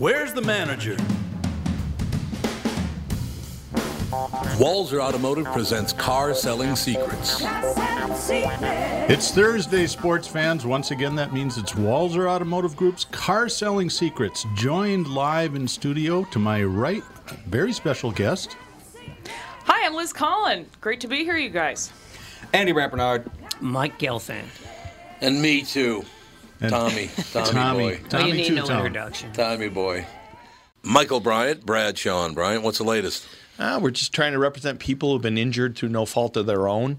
Where's the manager? Walzer Automotive presents Car Selling Secrets. It's Thursday, sports fans. Once again, that means it's Walzer Automotive Group's Car Selling Secrets. Joined live in studio to my right, very special guest. Hi, I'm Liz Collin. Great to be here, you guys. Andy Rappernard. Mike Gelfand. And me too. And Tommy. Tommy, boy. Tommy, you need too, no Tom. introduction. Tommy boy. Michael Bryant, Brad Sean Bryant, what's the latest? Uh, we're just trying to represent people who've been injured through no fault of their own.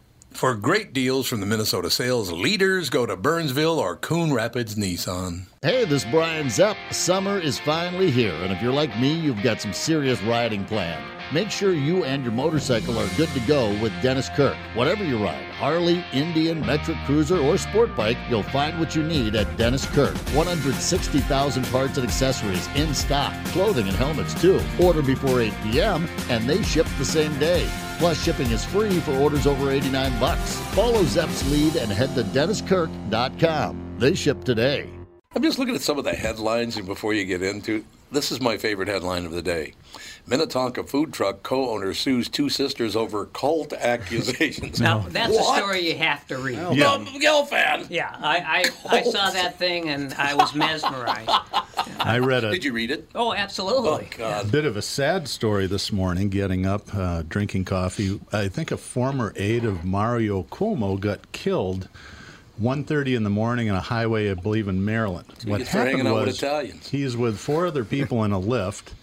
For great deals from the Minnesota sales leaders, go to Burnsville or Coon Rapids Nissan. Hey, this Brian Zepp. Summer is finally here, and if you're like me, you've got some serious riding planned. Make sure you and your motorcycle are good to go with Dennis Kirk. Whatever you ride Harley, Indian, Metric Cruiser, or Sport Bike you'll find what you need at Dennis Kirk. 160,000 parts and accessories in stock, clothing and helmets too. Order before 8 p.m., and they ship the same day. Plus, shipping is free for orders over 89 bucks. Follow Zepp's lead and head to DennisKirk.com. They ship today. I'm just looking at some of the headlines, and before you get into this, is my favorite headline of the day: Minnetonka food truck co-owner sues two sisters over cult accusations. Now, that's What? Oh, a story you have to read. Yeah, Bob Gelfand. I, I, I saw that thing and I was mesmerized. I read a Did you read it? oh, Oh absolutely. God. bit of a sad story this morning getting up, uh, drinking coffee. I think a former aide of Mario Cuomo got killed. 1.30 in the morning on a highway, I believe, in Maryland. gets for hanging out with Italians. he's with four other people in a lift,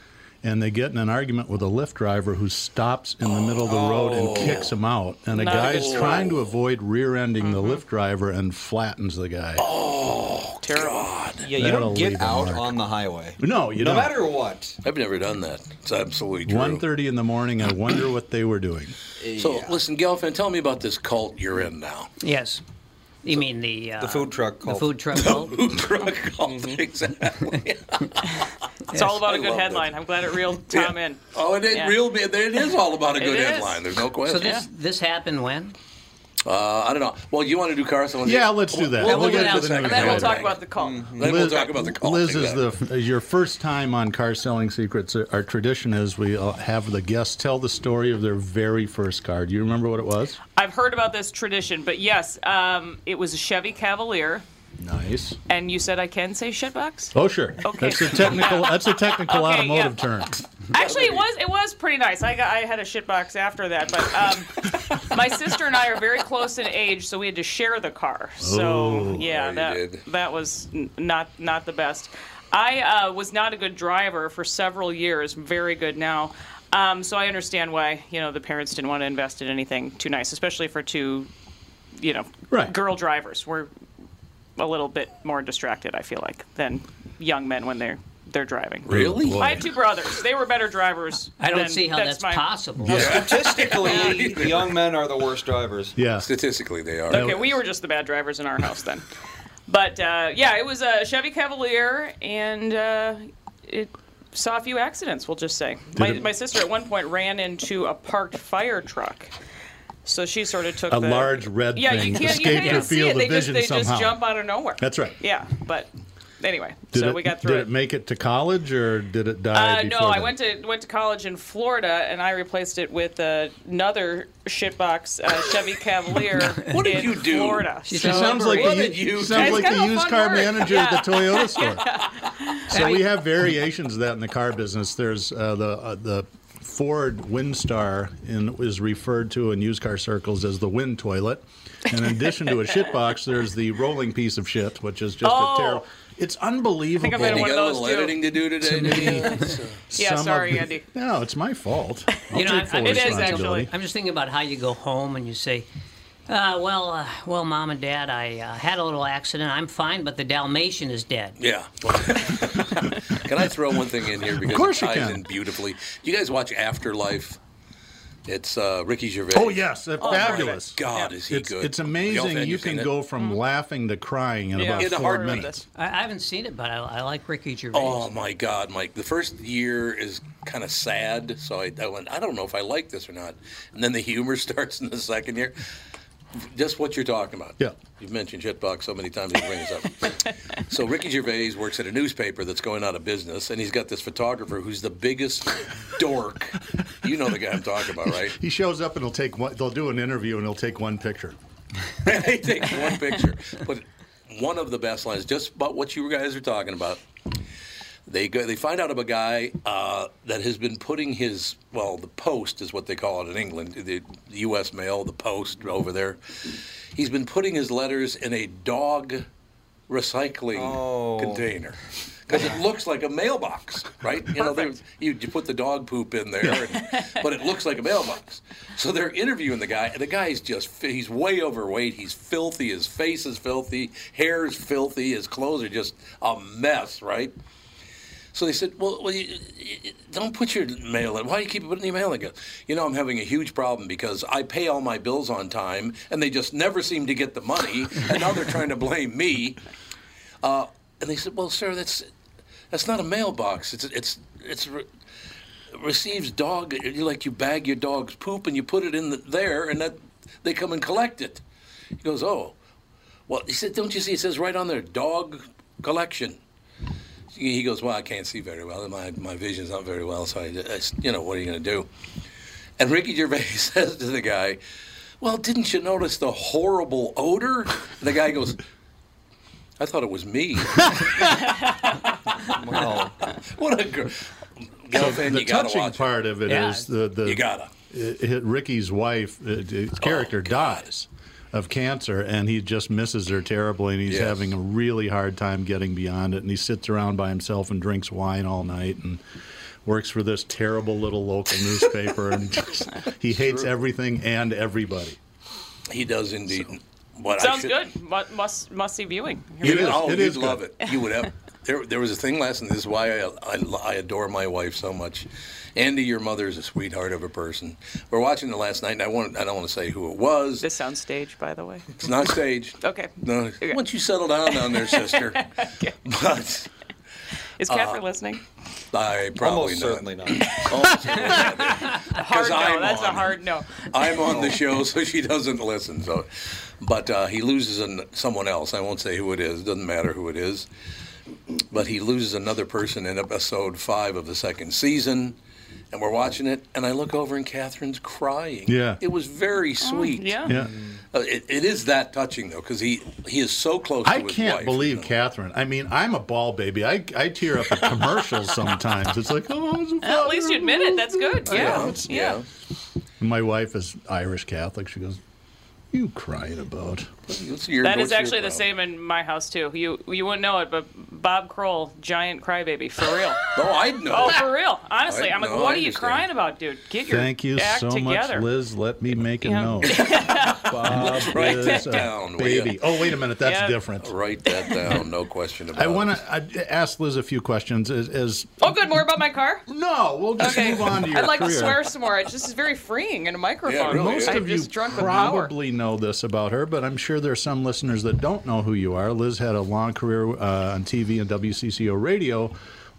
and they get in an argument with a lift driver who stops in the middle of the road Oh. and kicks him out. And a Not a guy good is story. Mm-hmm. Oh, Oh, trying to avoid rear-ending the lift driver and flattens the guy. terrible. Yeah, you That'll don't leave get a out mark. on the highway. No, you no don't. matter what. I've never done that. It's absolutely true. 1.30 in the morning, I wonder what they were doing. So listen, Gelfin, tell me about this cult you're in now. Yes. You mean the uh, The food truck The called. food truck cult? Drug cult, exactly. It's all about a I good love that. headline. I'm glad it reeled Tom in. Oh, it ain't Yeah. real. It is all about a It good is. headline. There's no So question. this this happened when? uh, I don't know. Well, you want to do Carson? Yeah, let's do that. We'll get do it to the outside. And news then we'll later. talk about the call. Then we'll talk about the cult. Liz is exactly. the is your first time on Car Selling Secrets. Our tradition is we uh, have the guests tell the story of their very first car. Do you remember what it was? I've heard about this tradition, but yes, um, it was a Chevy Cavalier, Nice. and you said I can say shitbox. Oh sure. Okay. That's a technical. That's a technical Okay, automotive yeah. term. Actually, it was it was pretty nice. I got I had a shitbox after that, but um, my sister and I are very close in age, so we had to share the car. So Oh. yeah, you that did. that was n- not not the best. I uh, was not a good driver for several years. Very good now. Um, so I understand why you know the parents didn't want to invest in anything too nice, especially for two, you know, Right. girl drivers. We're a little bit more distracted, I feel like, than young men when they're they're driving. really. I had two brothers. They were better drivers. I don't than- see how that's, my- possible. Statistically, the young men are the worst drivers. Yeah. Statistically, they are. Okay, we were just the bad drivers in our house then. But uh, yeah, it was a Chevy Cavalier, and uh, it saw a few accidents. We'll just say my, it- my sister at one point ran into a parked fire truck. So she sort of took A the- large red yeah, thing you can't, escaped you her can't see field it. of They just, vision they somehow. just jump out of nowhere. That's right. Yeah, but anyway, Did so it, we got through Did it. it make it to college or did it die? Uh, no, before I then? went to went to college in Florida, and I replaced it with uh, another shitbox uh, Chevy Cavalier. What did in you do? Florida. She So- She sounds like What the, did you sounds do? like the It's kind of a used fun car word. manager at the Toyota store. so we have variations of that in the car business. There's uh, the uh, the Ford Windstar in, is referred to in used car circles as the wind toilet. And in addition to a shit box, there's the rolling piece of shit, which is just Oh. a terrible. It's unbelievable. made One You of got a little those two. editing to do today. didn't you? Yeah, Some of sorry, the- Andy. No, it's my fault. I'll You know, take I- full it is actually. responsibility. I'm just thinking about how you go home and you say, uh, "Well, uh, well, mom and dad, I uh, had a little accident. I'm fine, but the Dalmatian is dead." Yeah. can I throw one thing in here because course it you ties can. in beautifully? You guys watch Afterlife? It's uh, Ricky Gervais. Oh yes, uh, fabulous. God, is he It's, good? it's Y'all amazing. fan, You you've seen can it? go from laughing to crying in Mm-hmm. Yeah, about in a four heartbeat. minutes. I, I haven't seen it, but I, I like Ricky Gervais. Oh my God, Mike! The first year is kind of sad, so I, I went. I don't know if I like this or not. And then the humor starts in the second year. Just what you're talking about. Yeah. You've mentioned shitbox so many times it brings up. so Ricky Gervais works at a newspaper that's going out of business, and he's got this photographer who's the biggest dork. You know the guy I'm talking about, right? He shows up and he'll take one. They'll do an interview and he'll take one picture. he takes one picture. But one of the best lines, just about what you guys are talking about. They go, they find out of a guy uh, that has been putting his well, the post is what they call it in England, the U.S. mail, the post over there. He's been putting his letters in a dog recycling container because it looks like a mailbox, right? You know, they, you, you put the dog poop in there, and, but it looks like a mailbox. So they're interviewing the guy, and the guy's just—he's way overweight. He's filthy. His face is filthy. Hair is filthy. His clothes are just a mess, right? So they said, well, well you, you- don't put your mail in. Why do you keep putting your mail in? He goes, You know, I'm having a huge problem because I pay all my bills on time, and they just never seem to get the money, and now they're trying to blame me. Uh, and they said, well, sir, that's that's not a mailbox. It's it's it's re- receives dog. You like you bag your dog's poop and you put it in the, there, and that they come and collect it. He goes, oh, well, he said, don't you see? It says right on there, dog collection he goes, well, I can't see very well. My my vision's not very well, so I, I- you know, what are you going to do? And Ricky Gervais says to the guy, well, didn't you notice the horrible odor? And the guy goes, I thought it was me. Wow. what a girl. So the you gotta touching watch it. part of it is Yeah. the the You gotta. Oh, it- it- Ricky's wife, uh, his character dies of cancer, and he just misses her terribly, and he's Yes. having a really hard time getting beyond it. And he sits around by himself and drinks wine all night, and works for this terrible little local newspaper, and just, he hates everything and everybody. He does indeed. What I Sounds should- good. Must must, must see viewing. You It is. Oh, It you'd is good. love it. You would have. There, there was a thing last night. This is why I, I, I adore my wife so much. Andy, your mother is a sweetheart of a person. We're watching it last night, and I want I don't want to say who it was. This sounds staged, by the way. It's not staged. Okay. No. Once you settle down down there, sister. But uh, Is Catherine listening? I probably Almost not. certainly not. Almost certainly not. Hard no. I'm that's a on. hard no. I'm on Oh. the show, so she doesn't listen. So, but uh, he loses an, someone else. I won't say who it is. Doesn't matter who it is. But he loses another person in episode five of the second season, and we're watching it. And I look over, and Catherine's crying. Yeah. it was very sweet. Oh, Yeah. Yeah. Uh, it, it is that touching though, because he he is so close. I to his can't wife, believe you know. Catherine. I mean, I'm a ball baby. I, I tear up at commercials sometimes. It's like, oh, I was a At least you admit it. That's good. Yeah. Yeah, Yeah. yeah. My wife is Irish Catholic. She goes, "You crying about?" It's your- That what's is your actually the problem? same in my house too. You you wouldn't know it, but Bob Kroll, giant crybaby, for real. No, I know. Oh, for real. Honestly, I- I'm like, no, I what are you understand. crying about, dude? Get your Thank you act so together. much, Liz. Let me make a Yeah. note. Bob Write is that a down, will ya? baby. Oh, wait a minute. That's Yeah. different. Write that down. No question about I it. want to ask Liz a few questions. Is, is Oh, good. More about my car. no? We'll just Okay. move on to your I'd like career. to swear some more. It's just very freeing in a microphone. Yeah, really, Most yeah. I'm of you just drunk with power. probably know this about her, but I'm sure there are some listeners that don't know who you are. Liz had a long career uh, on TV and WCCO radio,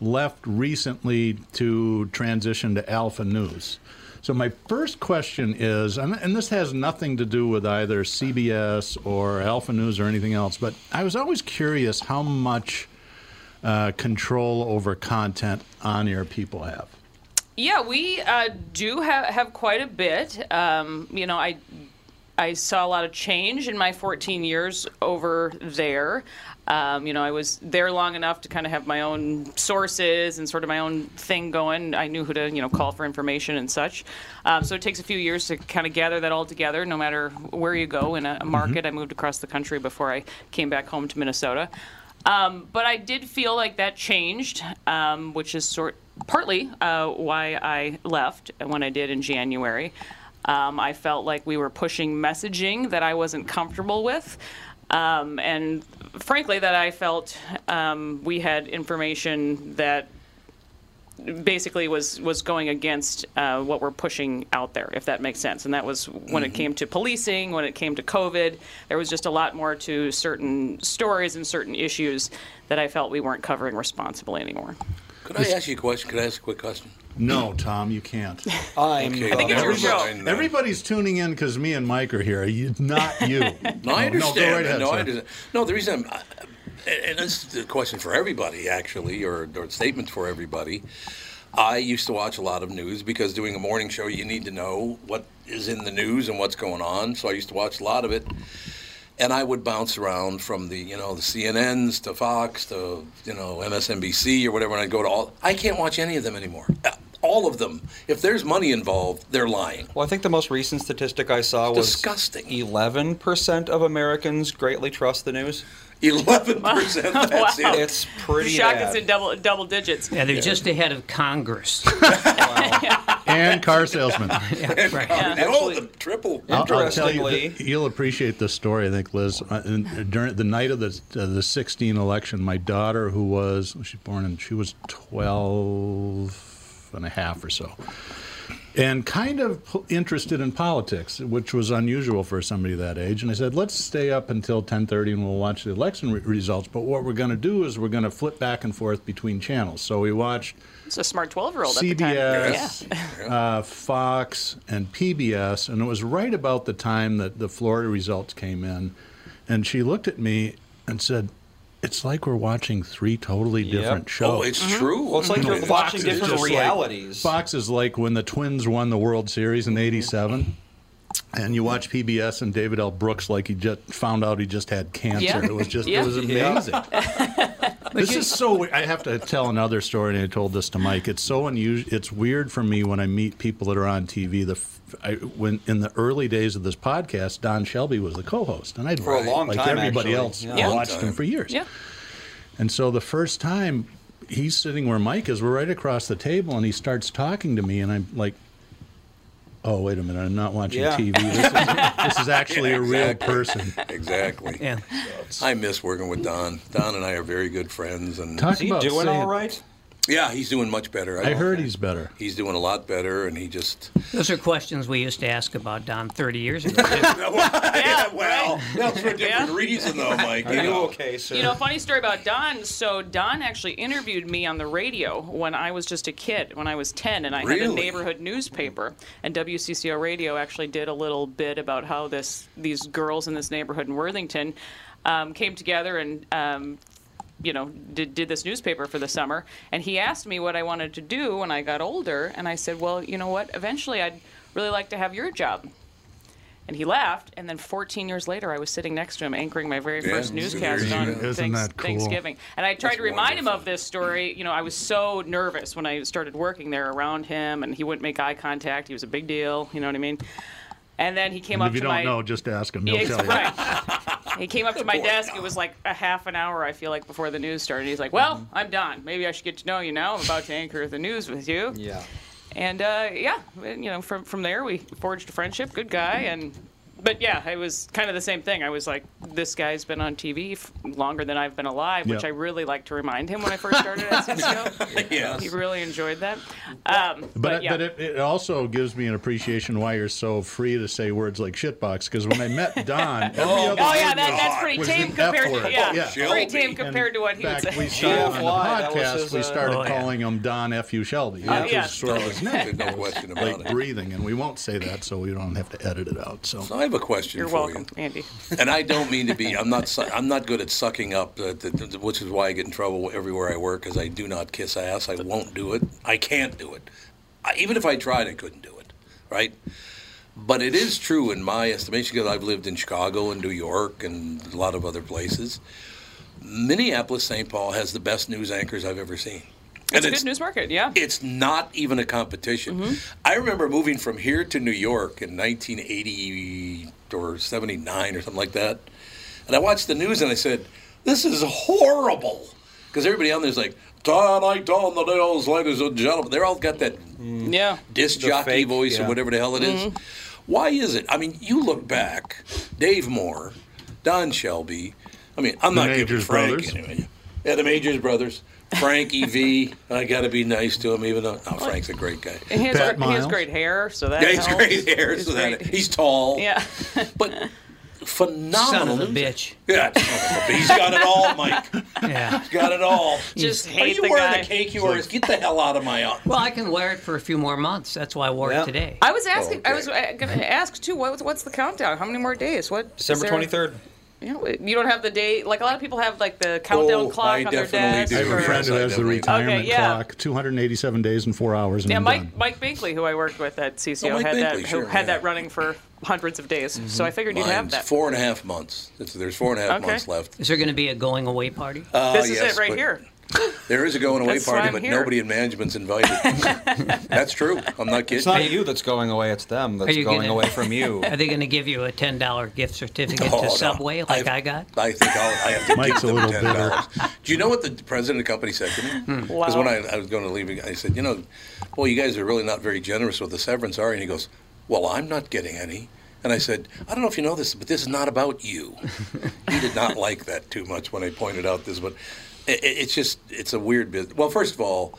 left recently to transition to Alpha News. So my first question is, and, and this has nothing to do with either CBS or Alpha News or anything else, but I was always curious how much uh, control over content on-air people have. Yeah, we uh, do have, have quite a bit. Um, you know, I I saw a lot of change in my 14 years over there. Um, you know, I was there long enough to kind of have my own sources and sort of my own thing going. I knew who to, you know, call for information and such. Um, so it takes a few years to kind of gather that all together, no matter where you go in a, a market. I moved across the country before I came back home to Minnesota. Um, but I did feel like that changed, um, which is sort partly uh, why I left when I did in January. Um, I felt like we were pushing messaging that I wasn't comfortable with, um, and frankly, that I felt um, we had information that basically was was going against uh, what we're pushing out there, if that makes sense. And that was when Mm-hmm. it came to policing, when it came to COVID, there was just a lot more to certain stories and certain issues that I felt we weren't covering responsibly anymore. Could I ask you a question? Could I ask a quick question? No, Tom, you can't. I'm Okay, think it's your never show. mind then. Everybody's tuning in because me and Mike are here. You, not you. No, I understand. No, No, go right ahead, I sir. understand. No, the reason I'm, and- and this is a question for everybody, actually, or, or a statement for everybody. I used to watch a lot of news because doing a morning show, you need to know what is in the news and what's going on. So I used to watch a lot of it, and I would bounce around from the you know the CNNs to Fox to you know MSNBC or whatever, and I'd go to all. I can't watch any of them anymore. Uh, All of them. If there's money involved, they're lying. Well, I think the most recent statistic I saw was Disgusting. Eleven percent of Americans greatly trust the news. Eleven percent. That's Wow. it. It's pretty Shock bad. it's in double double digits. Yeah, they're just ahead of Congress. And car salesman. right. Oh, the triple. I'll, I'll tell you, Interestingly- th- you'll appreciate this story, I think, Liz. Uh, in- During the night of the uh, the 16 election, my daughter, who was she was born in, she was 12 and a half or so, and kind of po- interested in politics, which was unusual for somebody that age. And I said, let's stay up until 10:30 and we'll watch the election re- results. But what we're going to do is we're going to flip back and forth between channels. So we watched. It's a smart 12 year old at the time. CBS, uh, Fox, and PBS, and it was right about the time that the Florida results came in. And she looked at me and said, "It's like we're watching three totally different shows." Oh, it's true. Well, Mm-hmm. it's like you're Fox watching is different just like- realities. Fox is like when the Twins won the World Series Mm-hmm. in '87. And you watch PBS and David L. Brooks like he just found out he just had cancer. Yeah. It was just Yeah. it was amazing. this is so. we- I have to tell another story, and I told this to Mike. It's so unusual. It's weird for me when I meet people that are on TV. The f- I, when in the early days of this podcast, Don Shelby was the co-host, and I'd For a long like time, everybody actually. else Yeah. Long watched him time. for years. Yeah. And so the first time he's sitting where Mike is, we're right across the table, and he starts talking to me, and I'm like, Oh, wait a minute. I'm not watching Yeah. TV. This is, this is actually a real Exactly. person. Exactly. Yeah. I miss working with Don. Don and I are very good friends. And Talk Is he about doing saying- all right? Yeah, he's doing much better. I heard he's better. he's doing a lot better, and he just Those are questions we used to ask about Don 30 years ago. yeah, well, that's for a different reason, though, Mike. Are you know. okay, sir? You know, funny story about Don. So Don actually interviewed me on the radio when I was just a kid, when I was 10, and I had a Really? neighborhood newspaper. And WCCO Radio actually did a little bit about how this these girls in this neighborhood in Worthington um, came together and. Um, you know, did, did this newspaper for the summer, and he asked me what I wanted to do when I got older, and I said, "Well, you know what? Eventually, I'd really like to have your job." And he laughed, and then 14 years later, I was sitting next to him anchoring my very Yeah, first so there newscast you on go. Isn't Thanks- that cool? Thanksgiving. And I tried That's to remind him of this story. You know, I was so nervous when I started working there around him, and he wouldn't make eye contact. He was a big deal. You know what I mean? And then he came And up if you to don't my know, just ask him. He'll yeah, tell you. right. he came up to my desk. It was like a half an hour, I feel like, before the news started. He's like, "Well, I'm Don. Maybe I should get to know you now. I'm about to anchor the news with you." Yeah. And uh, yeah, and, you know, from from there we forged a friendship. Good guy, and but yeah, it was kind of the same thing. I was like, "This guy's been on TV f- longer than I've been alive," which Yeah. I really like to remind him when I first started at CCO. Yes. He really enjoyed that. Um, but But, yeah. but it, it also gives me an appreciation why you're so free to say words like shitbox. Because when I met Don, every Oh, other Oh yeah, word that, that's God, pretty was the tame F compared word. to yeah, Yeah. pretty Shelby. tame compared to what In he would fact, say. we started on the GFY, that was podcast. his, we uh, started Oh, yeah. calling him Don F U Shelby, Oh, which yeah. is sort of his name, There's no question about like it. breathing, and we won't say that, so we don't have to edit it out. So So I have a question You're for welcome, you, Andy. and I don't mean to be. I'm not. su- I'm not good at sucking up, uh, th- th- which is why I get in trouble everywhere I work because I do not kiss ass. I won't do it. I can't do it. I, even if I tried, I couldn't do it. Right. But it is true in my estimation because I've lived in Chicago and New York and a lot of other places. Minneapolis, St. Paul has the best news anchors I've ever seen. It's a good news market, yeah. Mm-hmm. it's not even a competition. I remember moving from here to New York in 1980 or 79 or something like that. And I watched the news and I said, this is horrible. Because everybody on there's like, tonight on the news, ladies and gentlemen. They're all got that yeah. disc The jockey fake, voice yeah. or whatever the hell it is. Mm-hmm. Why is it? I mean, you look back, Dave Moore, Don Shelby. I mean, I'm The not giving Majors Frank brothers. anyway. Yeah, the Majors brothers. Frankie V. I got to be nice to him, even though no, Frank's a great guy. And he has, Pat gr- he has Miles. great hair, so that Yeah, he's helps. great hair. He's so that, great- he's tall. Yeah. but Son phenomenal. of a loser. bitch. Yeah, he's got it all, Mike. Yeah. He's got it all. Just Are hate you the wearing guy. the cake you are? Get the hell out of my office. Well, I can wear it for a few more months. That's why I wore Yeah. it today. I was asking. I okay. was uh, going to ask too. What, what's the countdown? How many more days? What? is December there- twenty third. You, know, you don't have the date. Like a lot of people have like the countdown Oh, clock I on their definitely desk. do. I have or- a friend who has the Okay, retirement yeah. clock, 287 days and four hours, and Yeah, I'm Mike done. Mike Binkley, who I worked with at CCO, Oh, Mike had that Binkley, sure, who had yeah. that running for hundreds of days. So I figured you'd have Mine's that. four and a half months. It's- There's four and a half Okay. months left. Is there going to be a going away party? Uh, this is yes, it right but here. There is a going away That's why party, I'm but here. nobody in management's invited. That's true. I'm not kidding. It's not you that's going away. It's them that's you going gonna- away from you. Are they going to give you a $10 gift certificate Oh, to no. Subway like I've- I got? I think I'll, I have to Mike's give a them little ten dollars. Do you know what the president of the company said to me? Hmm. Because when Wow. I, I was going to leave, I said, "You know, well, you guys are really not very generous with the severance, are you?" And he goes, "Well, I'm not getting any." And I said, "I don't know if you know this, but this is not about you." he did not like that too much when I pointed out this, but it, it- it's just it's a weird business. Well, first of all.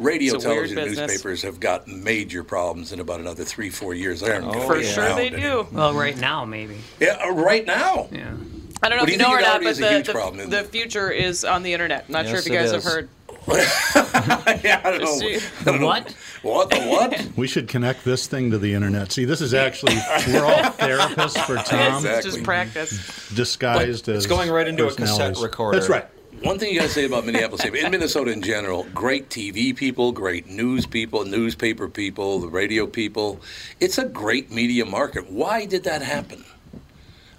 Radio, It's a weird television, and business. newspapers have got major problems in about another three, four years. They aren't gonna Oh, For be sure they around anymore. do. Well, right now, maybe. Yeah, uh, right now. Yeah. I don't know What if you do know you or think it not, already but is a the, huge the, problem, isn't the it? future is on the internet. Not sure Yes, if you it guys have heard. is. yeah, I don't know. See- I don't know. What? What? The what? We should connect this thing to the internet. See, this is actually we're all therapists for Tom, It's just Exactly. practice. disguised as It's going right into a cassette personalities. recorder. That's right. One thing you got to say about Minneapolis, in Minnesota in general, great TV people, great news people, newspaper people, the radio people. It's a great media market. Why did that happen?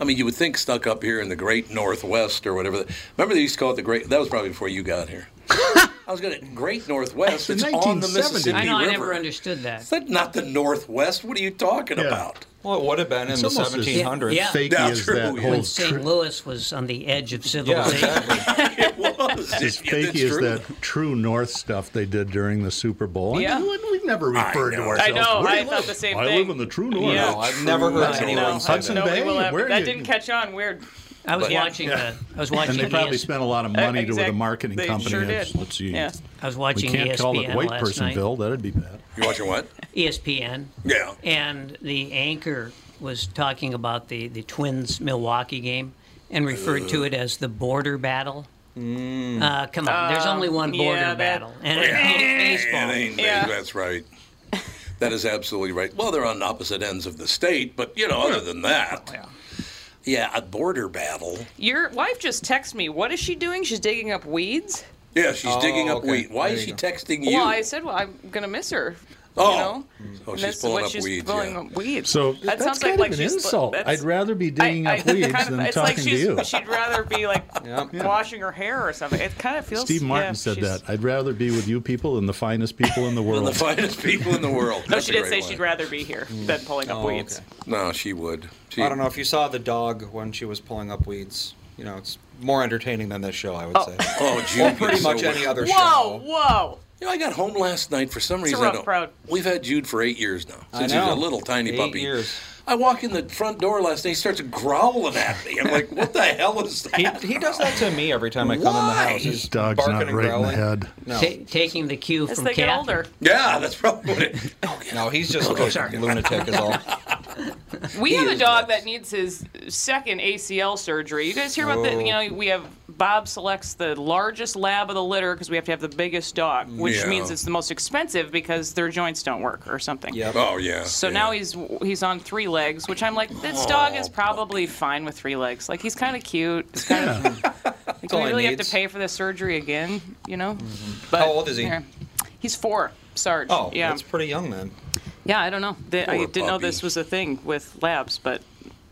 I mean, you would think stuck up here in the great Northwest or whatever. Remember they used to call it the great. That was probably before you got here. I was going to Great Northwest. It's it's the on the 1970s. Mississippi I know, I River. never understood that. It's not- not the Northwest. What are you talking about? Well, it would have been in It's the almost as 1700s. Yeah. fakey Yeah, as that yeah. whole when St. Louis was on the edge of civilization. As Yeah, fakey that's as true. that true North stuff they did during the Super Bowl. I Yeah. mean, we- We've never I referred to know. ourselves. I know, Where do I you thought live? the same I thing. live in the true North. Yeah. No, I've never heard North. anyone say Hudson that. Bay. Nobody will ever- Where that you- didn't catch on. Weird. I was But- watching the. I was And watching. they probably ES spent a lot of Uh, money to exact- the marketing they company. sure Let's- did. Let's see. Yeah. I was watching We can't call it ESPN white last personville. That'd be bad. You're watching what? E ESPN. Yeah. And the anchor was talking about the the Twins Milwaukee game and referred to it as the border battle. Mm. Hmm. Uh, come on, there's Um, only one yeah, border that- battle, and it Yeah. ain't baseball. It ain't Yeah. big, That's right. That is absolutely right. Well, they're on opposite ends of the state, but you know, other than that, yeah, a border battle. Your wife just texted me. What is she doing? She's digging up weeds. Yeah, she's Oh, digging up okay. wheat. Why There is she you texting you? Well, I said, well, I'm gonna miss her. Oh. you know? Oh, she's And that's pulling what up she's weeds, Pulling yeah. up weeds. So that that's sounds kind like, like of an she's insult. that's- I'd rather be digging I- up I- weeds kind of- than it's talking like to she's- you. She'd rather be like Yeah. washing her hair or something. It kind of feels. Steve Martin yeah, said she's- that. I'd rather be with you people than the finest people in the One world. of the finest people in the world. No, That's she a did great say line. she'd rather be here than pulling up Oh, weeds. okay. No, she would. She, I don't know if you saw the dog when she was pulling up weeds. You know, it's more entertaining than this show, I would say. Oh, Or Judy pretty is much so- any other Whoa, show. whoa. You know, I got home last night for some a reason. I rough don't- crowd. We've had Jude for eight years now. I Since know. he's a little tiny Eight puppy. years. I walk in the front door last night. He starts growling at me. I'm like, "What the hell is that?" He, he does that to me every time I come in the Why? house. He's Dog's barking not and right in the growling. head. No, Ta- taking the cue As from they get Kathy. older, yeah, that's probably what it. no, he's just a lunatic is all. we have a is dog nuts. that needs his second ACL surgery. You guys hear about that? Oh. You know, we have Bob selects the largest lab of the litter because we have to have the biggest dog, which Yeah. means it's the most expensive because their joints don't work or something. Yep. Oh yeah. So yeah. now he's he's on three legs, which I'm like, this dog Oh. is probably fine with three legs. Like he's kind of cute. It's kind of. Like, do all we he really have needs. to pay for the surgery again? You know. But, Mm-hmm. How old is he? yeah. He's four. Sarge. Oh, yeah. that's pretty young then. Yeah, I don't know. They, I Poor didn't know this puppy. was a thing with labs, but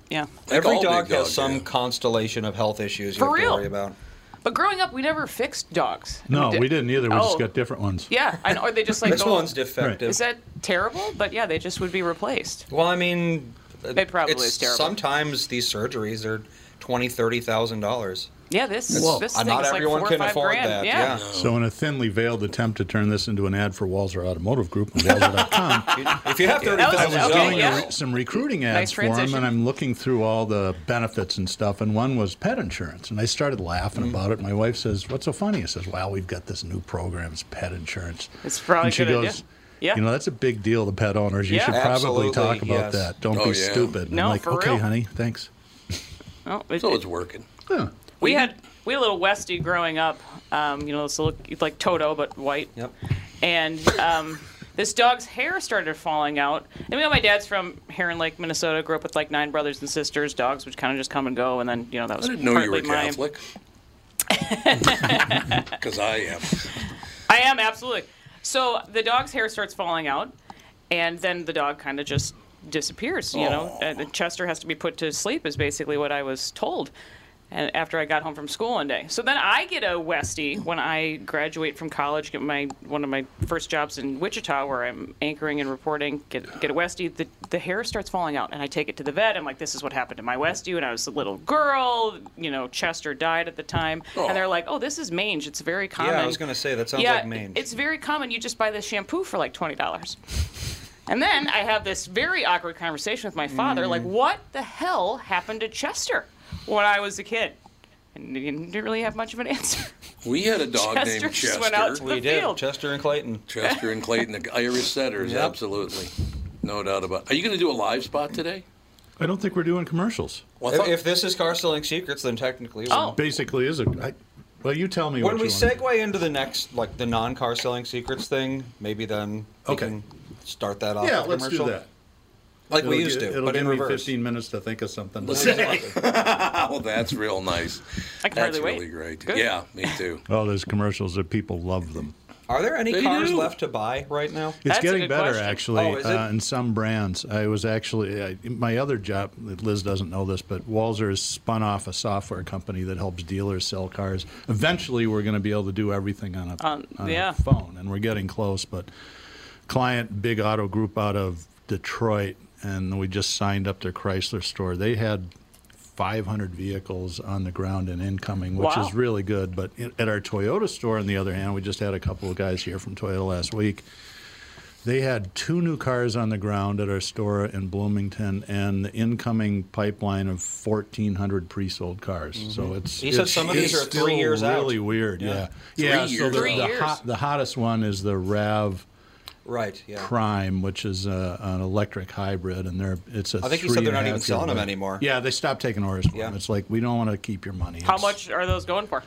yeah. Like Every all big dog has dogs, some yeah. constellation of health issues you For have real? to worry about. But growing up, we never fixed dogs. No, we didn't either. We Oh. just got different ones. Yeah, I know. Or they just like This go- one's defective. Is that terrible? But yeah, they just would be replaced. Well, I mean, It probably it's- is terrible. Sometimes these surgeries are twenty, thirty thousand dollars. Yeah, this this uh, thing not is like everyone four can or five afford grand. that. Yeah. yeah. So in a thinly veiled attempt to turn this into an ad for Walzer Automotive Group and Walzer.com, If you have thirty was- I thousand was Okay, doing a yeah. re- some recruiting ads Nice for him, transition. and I'm looking through all the benefits and stuff, and one was pet insurance, and I started laughing Mm. about it. My wife says, "What's so funny?" I says, "Well, we've got this new program, it's pet insurance." It's probably and she a good idea. goes, Yeah. you know that's a big deal to pet owners. You Yeah. should probably Absolutely, talk about yes. that. Don't Oh, be yeah. stupid." And No, I'm like, for "Okay, real." honey, thanks." Oh, it- So it's working. Huh. we had we had a little Westie growing up. Um, you know, this little like Toto but white. Yep. and um, this dog's hair started falling out. And you know, my dad's from Heron Lake, Minnesota. Grew up with like nine brothers and sisters. Dogs would kind of just come and go, and then you know that I was didn't know you partly were my. Catholic. Because I am. I am absolutely. So the dog's hair starts falling out, and then the dog kind of just disappears. You know, and Chester has to be put to sleep is basically what I was told. And after I got home from school one day, so then I get a Westie when I graduate from college. Get my one of my first jobs in Wichita, where I'm anchoring and reporting. Get get a Westie. The the hair starts falling out, and I take it to the vet. I'm like, this is what happened to my Westie when I was a little girl. You know, Chester died at the time, and they're like, oh, this is mange. It's very common. Yeah, I was gonna say that sounds Yeah, like mange. it's very common. You just buy this shampoo for like twenty dollars. And then I have this very awkward conversation with my father, like, Mm. what the hell happened to Chester when I was a kid? And he didn't really have much of an answer. We had a dog Chester named just Chester. went out to we the did field. Chester and Clayton. Chester and Clayton, the Irish setters, Yep. absolutely. No doubt about it. Are you going to do a live spot today? I don't think we're doing commercials. Well, I If, thought- if this is car selling secrets, then technically. we're- Oh. Basically, is a I, well, you tell me When what we you want. segue into the next, like the non-car selling secrets thing, maybe then we Okay. can start that off. Yeah, with let's do commercial. that. Like It'll we gi- used to, It'll but give in me reverse. 15 minutes to think of something. to Listen. say. oh, that's real nice. I can that's hardly wait. really great. Good. Yeah, me too. Oh, those commercials that people love them. Are there any They cars do. left to buy right now? It's That's a getting good better, question. actually, Oh, is it? Uh, in some brands. I was actually I, in my other job. Liz doesn't know this, but Walzer has spun off a software company that helps dealers sell cars. Eventually, we're going to be able to do everything on a, On- on yeah. a phone, and we're getting close. But client, big auto group out of Detroit, and we just signed up their Chrysler store. They had 500 vehicles on the ground and incoming, which Wow. is really good. But i- at our Toyota store, on the other hand, we just had a couple of guys here from Toyota last week. They had two new cars on the ground at our store in Bloomington, and the incoming pipeline of 1,400 pre-sold cars. So it's He said it's- some of it's these are three still years out. really weird. Yeah, Three yeah. so years. the, Three the, years. hot- the hottest one is the Rav. Right. Yeah. Prime, which is a, an electric hybrid, and they're it's a. I think he three said they're and a not half even selling year them old. anymore. Yeah, they stopped taking orders for Yeah. them. It's like we don't want to keep your money. How It's- much are those going for?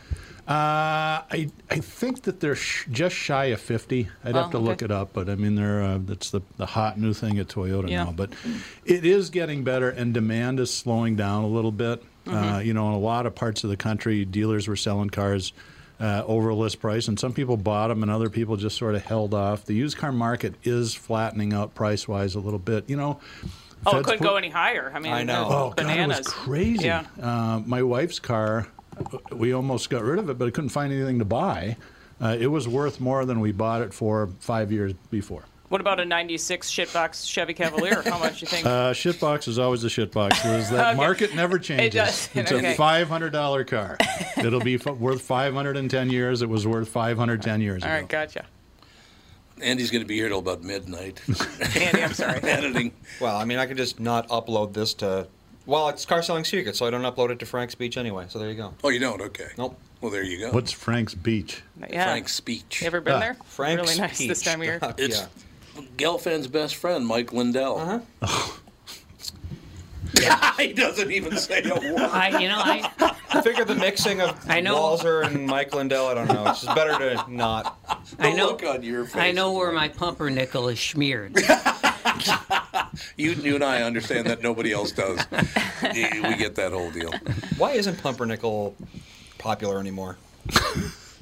Uh, I I think that they're sh- just shy of fifty. I'd Oh, have to look okay. it up, but I mean they're uh, that's the the hot new thing at Toyota Yeah. now. But it is getting better, and demand is slowing down a little bit. Mm-hmm. Uh, you know, in a lot of parts of the country, dealers were selling cars. Uh, over list price, and some people bought them, and other people just sort of held off. The used car market is flattening out price wise a little bit. You know, Oh, it Fed's couldn't put- go any higher. I mean, I know. Oh, there's bananas. God, it was crazy. Yeah. Uh, my wife's car, we almost got rid of it, but I couldn't find anything to buy. Uh, it was worth more than we bought it for five years before. What about a '96 shitbox Chevy Cavalier? How much you think? Uh, shitbox is always a shitbox. Liz. That Okay. market never changes. doesn't, It's okay. a five hundred dollar car. It'll be f- worth five hundred and ten years. It was worth five hundred ten years. All ago. right, gotcha. Andy's going to be here till about midnight. Andy, I'm sorry. Editing. Well, I mean, I could just not upload this to. Well, it's car selling secret, so I don't upload it to Frank's Beach anyway. So there you go. Oh, you don't? Okay. Nope. Well, there you go. What's Frank's Beach? Yeah. Frank's speech. You ever been Ah, there? Frank's really nice this Peach. time of year. It's yeah. Gelfand's best friend, Mike Lindell. he doesn't even say a word. I, you know, I, I figure the mixing of I know. Walzer and Mike Lindell. I don't know. It's just better to not. The I know- look on your face. I know where my pumpernickel is smeared. You, you and I understand that nobody else does. Yeah, we get that whole deal. Why isn't Pumpernickel popular anymore?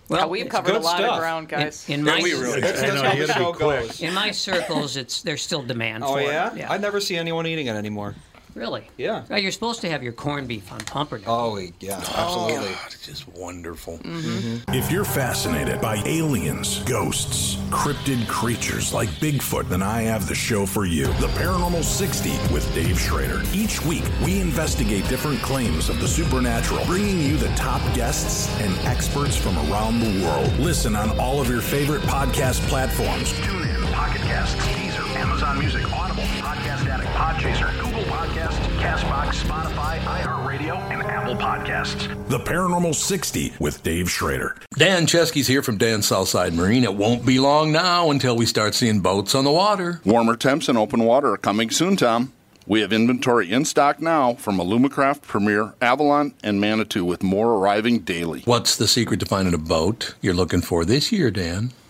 Well, Yeah, we've covered a good lot stuff. of ground, guys. in Yeah, my we really That's, do. I that's know, how you the gotta be show quick. goes. in my circles, it's there's still demand Oh for yeah? it. I never see anyone eating it anymore. Really? Yeah. Well, you're supposed to have your corned beef on pumpernickel. Oh yeah, absolutely. Oh, God, it's just wonderful. Mm-hmm. If you're fascinated by aliens, ghosts, cryptid creatures like Bigfoot, then I have the show for you The Paranormal 60 with Dave Schrader. Each week, we investigate different claims of the supernatural, bringing you the top guests and experts from around the world. Listen on all of your favorite podcast platforms. Tune in, Pocket Casts, Deezer, Amazon Music, Audible, Podcast Addict, Podchaser, Google Podcasts, Castbox, Spotify, iHeartRadio, and Apple Podcasts. The Paranormal 60 with Dave Schrader. Dan Chesky's here from Dan's Southside Marine. It won't be long now until we start seeing boats on the water. Warmer temps and open water are coming soon, Tom. We have inventory in stock now from Alumacraft, Premier, Avalon, and Manitou, with more arriving daily. What's the secret to finding a boat you're looking for this year, Dan?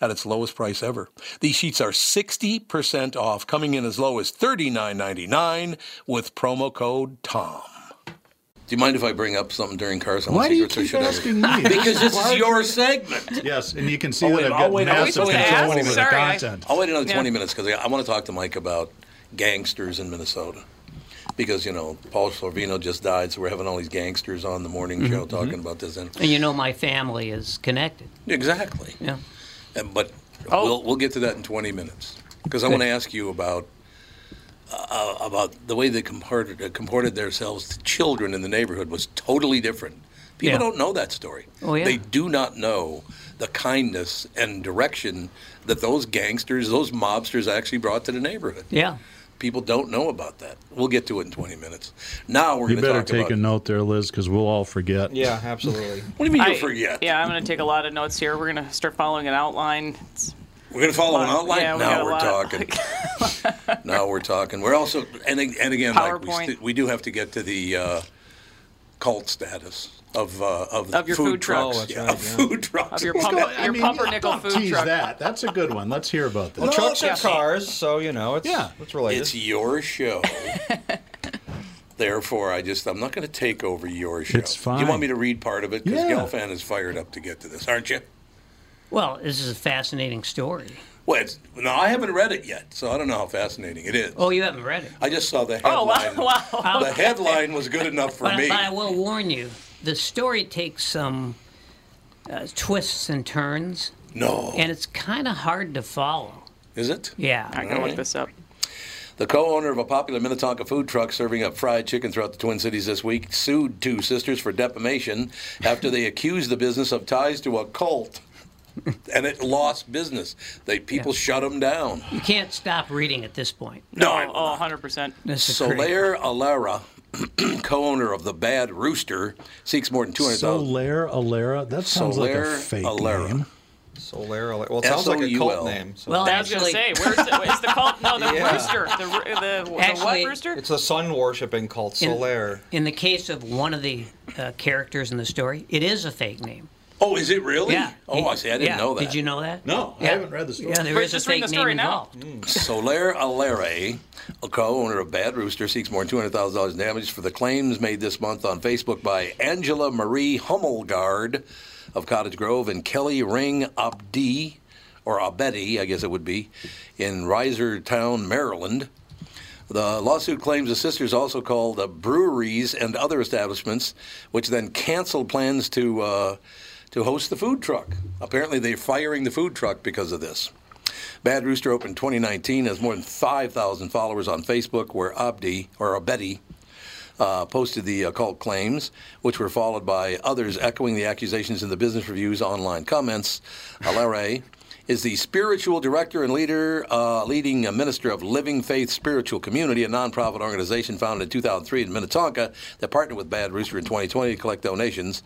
at its lowest price ever. These sheets are 60% off, coming in as low as $39.99 with promo code TOM. Do you mind if I bring up something during Cars on Why do you Secrets? or keep should I- asking me? because this is your segment. Yes, and you can see Oh, that wait, I've I'll got wait, I'll wait massive till control over 20 the minutes. content. I'll wait another 20 Yeah. minutes because I, I want to talk to Mike about gangsters in Minnesota. Because, you know, Paul Sorvino just died, so we're having all these gangsters on the morning Mm-hmm, Mhm, show talking mhm. about this. And, And you know, my family is connected. exactly. Yeah. And, but Oh. we'll, we'll get to that in 20 minutes because I Good. want to ask you about. Uh, about the way they comported, uh, comported themselves to children in the neighborhood was totally different. People Yeah. don't know that story. Oh, yeah. They do not know the kindness and direction that those gangsters, those mobsters actually brought to the neighborhood. Yeah. People don't know about that. We'll get to it in 20 minutes. Now we're You going to better talk take about a note there, Liz, because we'll all forget. Yeah, absolutely. What do you mean I- you forget? Yeah, I'm going to take a lot of notes here. We're going to start following an outline. It's We're going to follow an Lot- outline. yeah, we got now a we're lot. talking. now we're talking. We're also and ag- and again, like we, PowerPoint. st- we do have to get to the uh, cult status of uh, of, Of your food trucks. Oh, trucks. that's yeah, right, of yeah. food trucks. Of your Let's pump- go- your pumpernickel don't food tease truck. that. That's a good one. Let's hear about that. Well, trucks are cars, so you know it's it's related. It's your show. Therefore, I just I'm not going to take over your show. It's You fine. want me to read part of it because Gelfand is fired up to get to this, aren't you? Well, this is a fascinating story. Well, it's, no, I haven't read it yet, so I don't know how fascinating it is. Oh, you haven't read it. I just saw the Oh, wow, headline. wow, The okay. headline was good enough for but, me. but I will warn you, the story takes some uh, twists and turns. No. And it's kind of hard to follow. Is it? Yeah. I gotta look this up. The co-owner of a popular Minnetonka food truck serving up fried chicken throughout the Twin Cities this week sued two sisters for defamation after they accused the business of ties to a cult, and it lost business. They people shut them down. You can't stop reading at this point. No, I will oh, 100%. This is Solaire Alara, co-owner of the Bad Rooster, seeks more than two hundred thousand. Solaire Alara. That sounds like a Solaire fake Alara. name. Solaire. Alert. Well, it sounds like a S O U L. cult name. So. Well, I was going to actually- say, where's the, is the cult? No, the Yeah. rooster. The, ro- the, the Actually- what rooster? it's a sun worshipping cult, In- Solaire. In the case of one of the uh, characters in the story, it is a fake name. Oh, is it really? Yeah. Oh, I see. I didn't Yeah. know that. Did you know that? No, I Yeah. haven't read the story. Yeah, there Wait, is a just read the fake name story now? involved. Mm. Solaire Alere, a co-owner of Bad Rooster, seeks more than $200,000 in damages for the claims made this month on Facebook by Angela Marie Hummelgard of Cottage Grove and Kelly Ring Abdi, or Abedi, I guess it would be, in Risertown, Maryland. The lawsuit claims the sisters also called uh, breweries and other establishments, which then canceled plans to uh, to host the food truck. Apparently, they're firing the food truck because of this. Bad Rooster opened 2019 has more than 5,000 followers on Facebook, where Abdi or Abedi uh, posted the occult claims, which were followed by others echoing the accusations in the business reviews online comments. Alare is the spiritual director and leader, uh, leading a minister of Living Faith Spiritual Community, a nonprofit organization founded in 2003 in Minnetonka that partnered with Bad Rooster in 2020 to collect donations.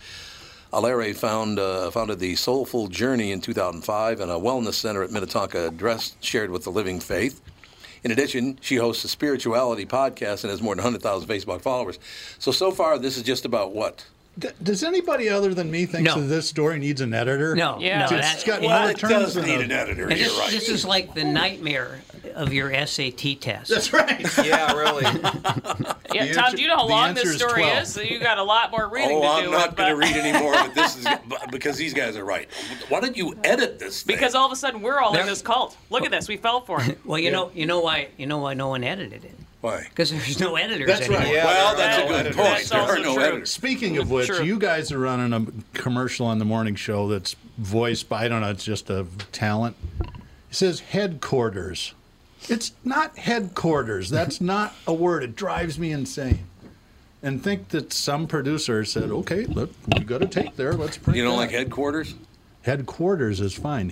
Alere found, uh, founded the Soulful Journey in 2005 and a wellness center at Minnetonka address shared with the Living Faith. In addition, she hosts a spirituality podcast and has more than 100,000 Facebook followers. So, so far, this is just about what? D- does anybody other than me think that this story needs an editor? No, no, It's- that- it's got Well, more it terms does than need a- an editor. And this, this is like the nightmare of your SAT test. That's right. yeah, really. Yeah, The Tom, answer- do you know how the long this answer is story 12. is? So you got a lot more reading oh, to I'm do. not but- going to read anymore, but this is because these guys are right. Why don't you edit this thing? Because all of a sudden we're all in There- this cult. Look at this. We fell for it. Well, you know, you know why, you know why no one edited it. Why? Because there's no editors That's anymore. right. well, that's a good point. there are no editors. Speaking of which, you guys are running a commercial on the morning show that's voiced by, I don't know, it's just a talent. It says headquarters. It's not headquarters. That's not a word. It drives me insane. And think that some producer said, okay, look, we got a tape there. Let's print You don't that. like headquarters? Headquarters is fine.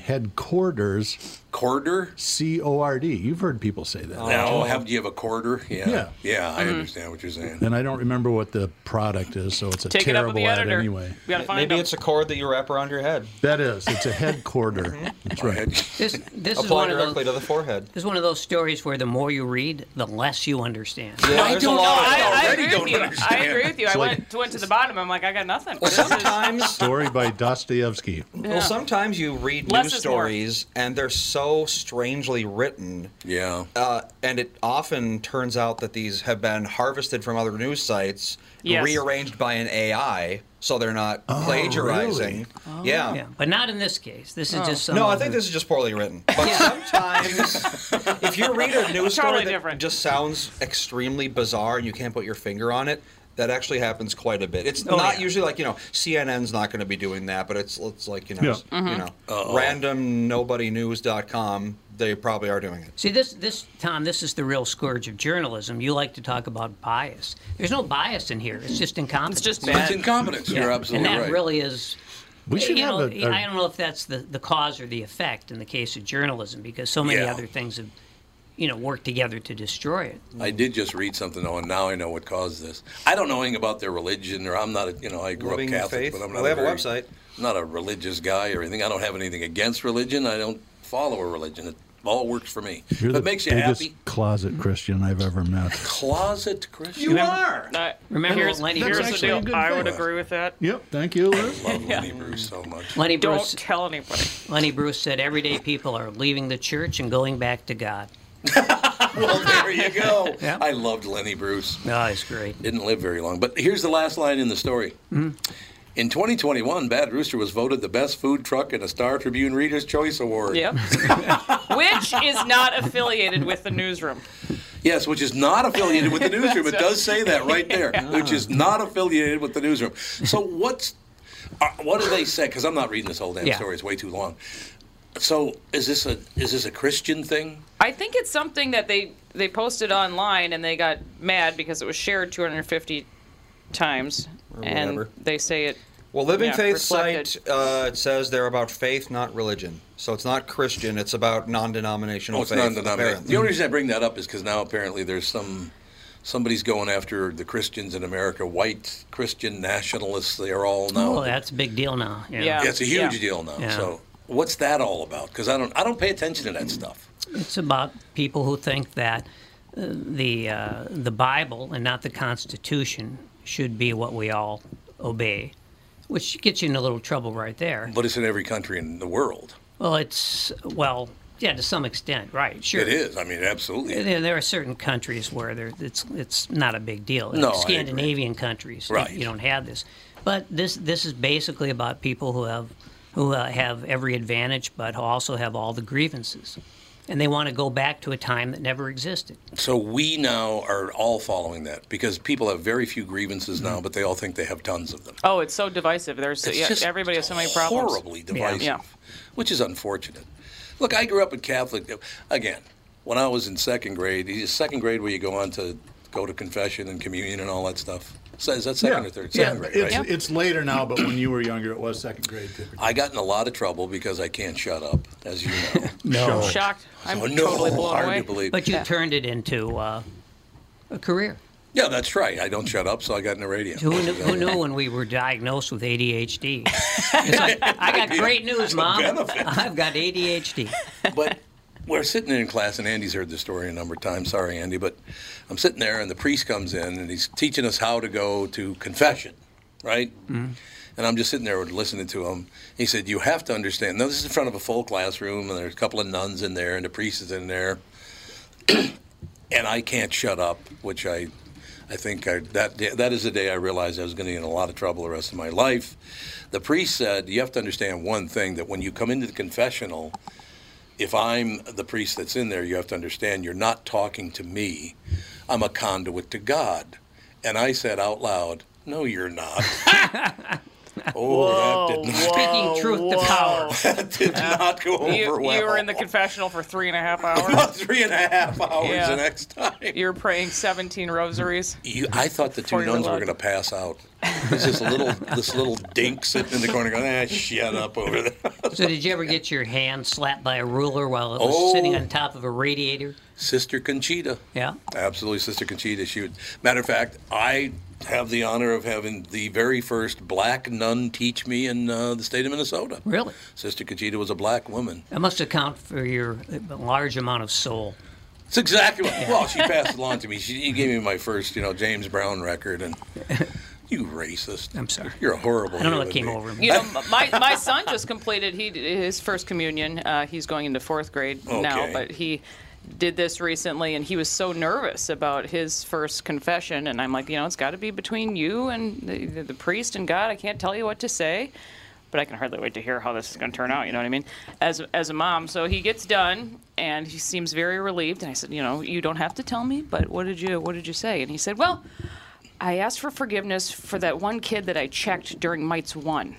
Headquarters. Quarter? C O R D. You've heard people say that. No, have do you have a quarter? Oh. Yeah. Yeah. I Mhm. understand what you're saying. And I don't remember what the product is, so it's a Take it up terrible with the ad editor. anyway. We gotta find Maybe them. it's a cord that you wrap around your head. That is. It's a head quarter. That's right. This, this is Apply one of those. directly to the forehead. This is one of those stories where the more you read, the less you understand. Yeah, I there's a don't lot know. of it I- I already agree with you. I agree with you. It's I like- went, went to the bottom. I'm like, I got nothing. This is- Story by Dostoevsky. Yeah. Well, sometimes you read Less news is more. stories and they're so strangely written. Yeah. Uh, and it often turns out that these have been harvested from other news sites, Yes. rearranged by an AI, so they're not Oh, plagiarizing. Oh, Yeah. But not in this case. This is Oh. just some no, I other- think this is just poorly written. But sometimes, if you read a news Totally story that just sounds extremely bizarre and you can't put your finger on it, that actually happens quite a bit. It's Oh, not yeah. usually like you know CNN's not going to be doing that, but it's it's like you know Yeah. s- Mhm. you know Uh-oh. randomnobodynews.com. They probably are doing it. See this, this Tom. This is the real scourge of journalism. You like to talk about bias. There's no bias in here. It's just incompetence. just bad. It's incompetence. You're absolutely And that right. really is. We should you have know, a- a- I don't know if that's the, the cause or the effect in the case of journalism because so many Yeah. other things have, you know, worked together to destroy it. I did just read something though, and now I know what caused this. I don't know anything about their religion, or I'm not. A, you know, I grew Living up Catholic, Faith. but I'm Well, not. they have a very- website. I'm not a religious guy or anything. I don't have anything against religion. I don't follow a religion. It all works for me. You're If the it makes you biggest happy. closet Christian I've ever met. Closet Christian. You Remember- are. Remember here's, Lenny here's Bruce? the That's deal. actually a good I thing. would agree with that. Yep. Thank you, Liz. Lenny Bruce so much. Lenny Don't Bruce. tell anybody. Lenny Bruce said, "Everyday people are leaving the church and going back to God." well, there you go. I loved Lenny Bruce. No, he's great. Didn't live very long. But here's the last line in the story. Hmm? In 2021, Bad Rooster was voted the best food truck in a Star Tribune Reader's Choice Award. Yep. Which is not affiliated with the newsroom. Yes, which is not affiliated with the newsroom. It So- does say that right there, Yeah. which Oh. is not affiliated with the newsroom. So what's uh, what do they say? Because I'm not reading this whole damn Yeah. story; it's way too long. So is this a is this a Christian thing? I think it's something that they they posted online and they got mad because it was shared 250 times, Or and whatever. they say it. Well, Living yeah, Faith reflected. site uh, it says they're about faith, not religion. So it's not Christian. It's about non-denominational Oh, it's faith. non-denominational. apparently. The only reason I bring that up is because now apparently there's some somebody's going after the Christians in America, white Christian nationalists. They are all now. Oh, that's a big deal now. Yeah, it's a huge deal now. Yeah. So what's that all about? Because I don't I don't pay attention to that stuff. It's about people who think that uh, the uh, the Bible and not the Constitution should be what we all obey, which gets you in a little trouble right there. But it's in every country in the world. Well, it's well, yeah, to some extent, right? Sure, It is. I mean, absolutely. There, there are certain countries where there, it's it's not a big deal. No, I agree. Scandinavian countries, Right. You don't have this, but this this is basically about people who have who uh, have every advantage, but who also have all the grievances, and they want to go back to a time that never existed. So we now are all following that because people have very few grievances now, but they all think they have tons of them. Oh, it's so divisive. There's It's yeah, just everybody has so many problems. Horribly divisive, Yeah. which is unfortunate. Look, I grew up in Catholic. Again, when I was in second grade, is second grade where you go on to go to confession and communion and all that stuff. So is that second or third? Second grade, it's, right? it's later now, but when you were younger, it was second grade. I got in a lot of trouble because I can't shut up, as you know. No. Shocked. I'm So, Oh, no, totally blown hard away. to believe. But you turned it into uh, a career. Yeah, that's right. I don't shut up, so I got in the radio. Who knew, who knew when we were diagnosed with ADHD? It's like, I got great news, Mom. I've got ADHD. but we're sitting in class, and Andy's heard the story a number of times. Sorry, Andy, but I'm sitting there, and the priest comes in, and he's teaching us how to go to confession, right? Hmm? And I'm just sitting there listening to him. He said, "You have to understand. Now this is in front of a full classroom, and there's a couple of nuns in there, and the priest is in there, and I can't shut up, which I." I think I, that day- that is the day I realized I was going to get in a lot of trouble the rest of my life. The priest said, "You have to understand one thing: that when you come into the confessional, if I'm the priest that's in there, you have to understand you're not talking to me. I'm a conduit to God. And I said out loud, No, you're not. oh, Whoa, that did not. Speaking truth to whoa. power. that did not go over you, well. you were in the confessional for three and a half hours. three and a half hours the next time. You're praying 17 rosaries. You, I thought the two Before you were nuns were allowed. going to pass out. There's this little this little dink sitting in the corner going, ah, shut up over there. So did you ever get your hand slapped by a ruler while it was Oh. sitting on top of a radiator? Sister Conchita. Yeah. Absolutely, Sister Conchita. She would. Matter of fact, I have the honor of having the very first black nun teach me in uh, the state of Minnesota. Really? Sister Conchita was a black woman. That must account for your large amount of soul. It's exactly what. Well, she passed it along to me. She, she gave me my first, you know, James Brown record, and you racist. I'm sorry. You're a horrible. I don't know what human came being. over me. You know, my, my son just completed he his first communion. Uh, he's going into fourth grade now, Okay. but he did this recently, and he was so nervous about his first confession. And I'm like, you know, it's got to be between you and the, the priest and God. I can't tell you what to say, but I can hardly wait to hear how this is going to turn out. You know what I mean? As as a mom, so he gets done, and he seems very relieved. And I said, you know, you don't have to tell me, but what did you what did you say? And he said, well. I asked for forgiveness for that one kid that I checked during Mites 1.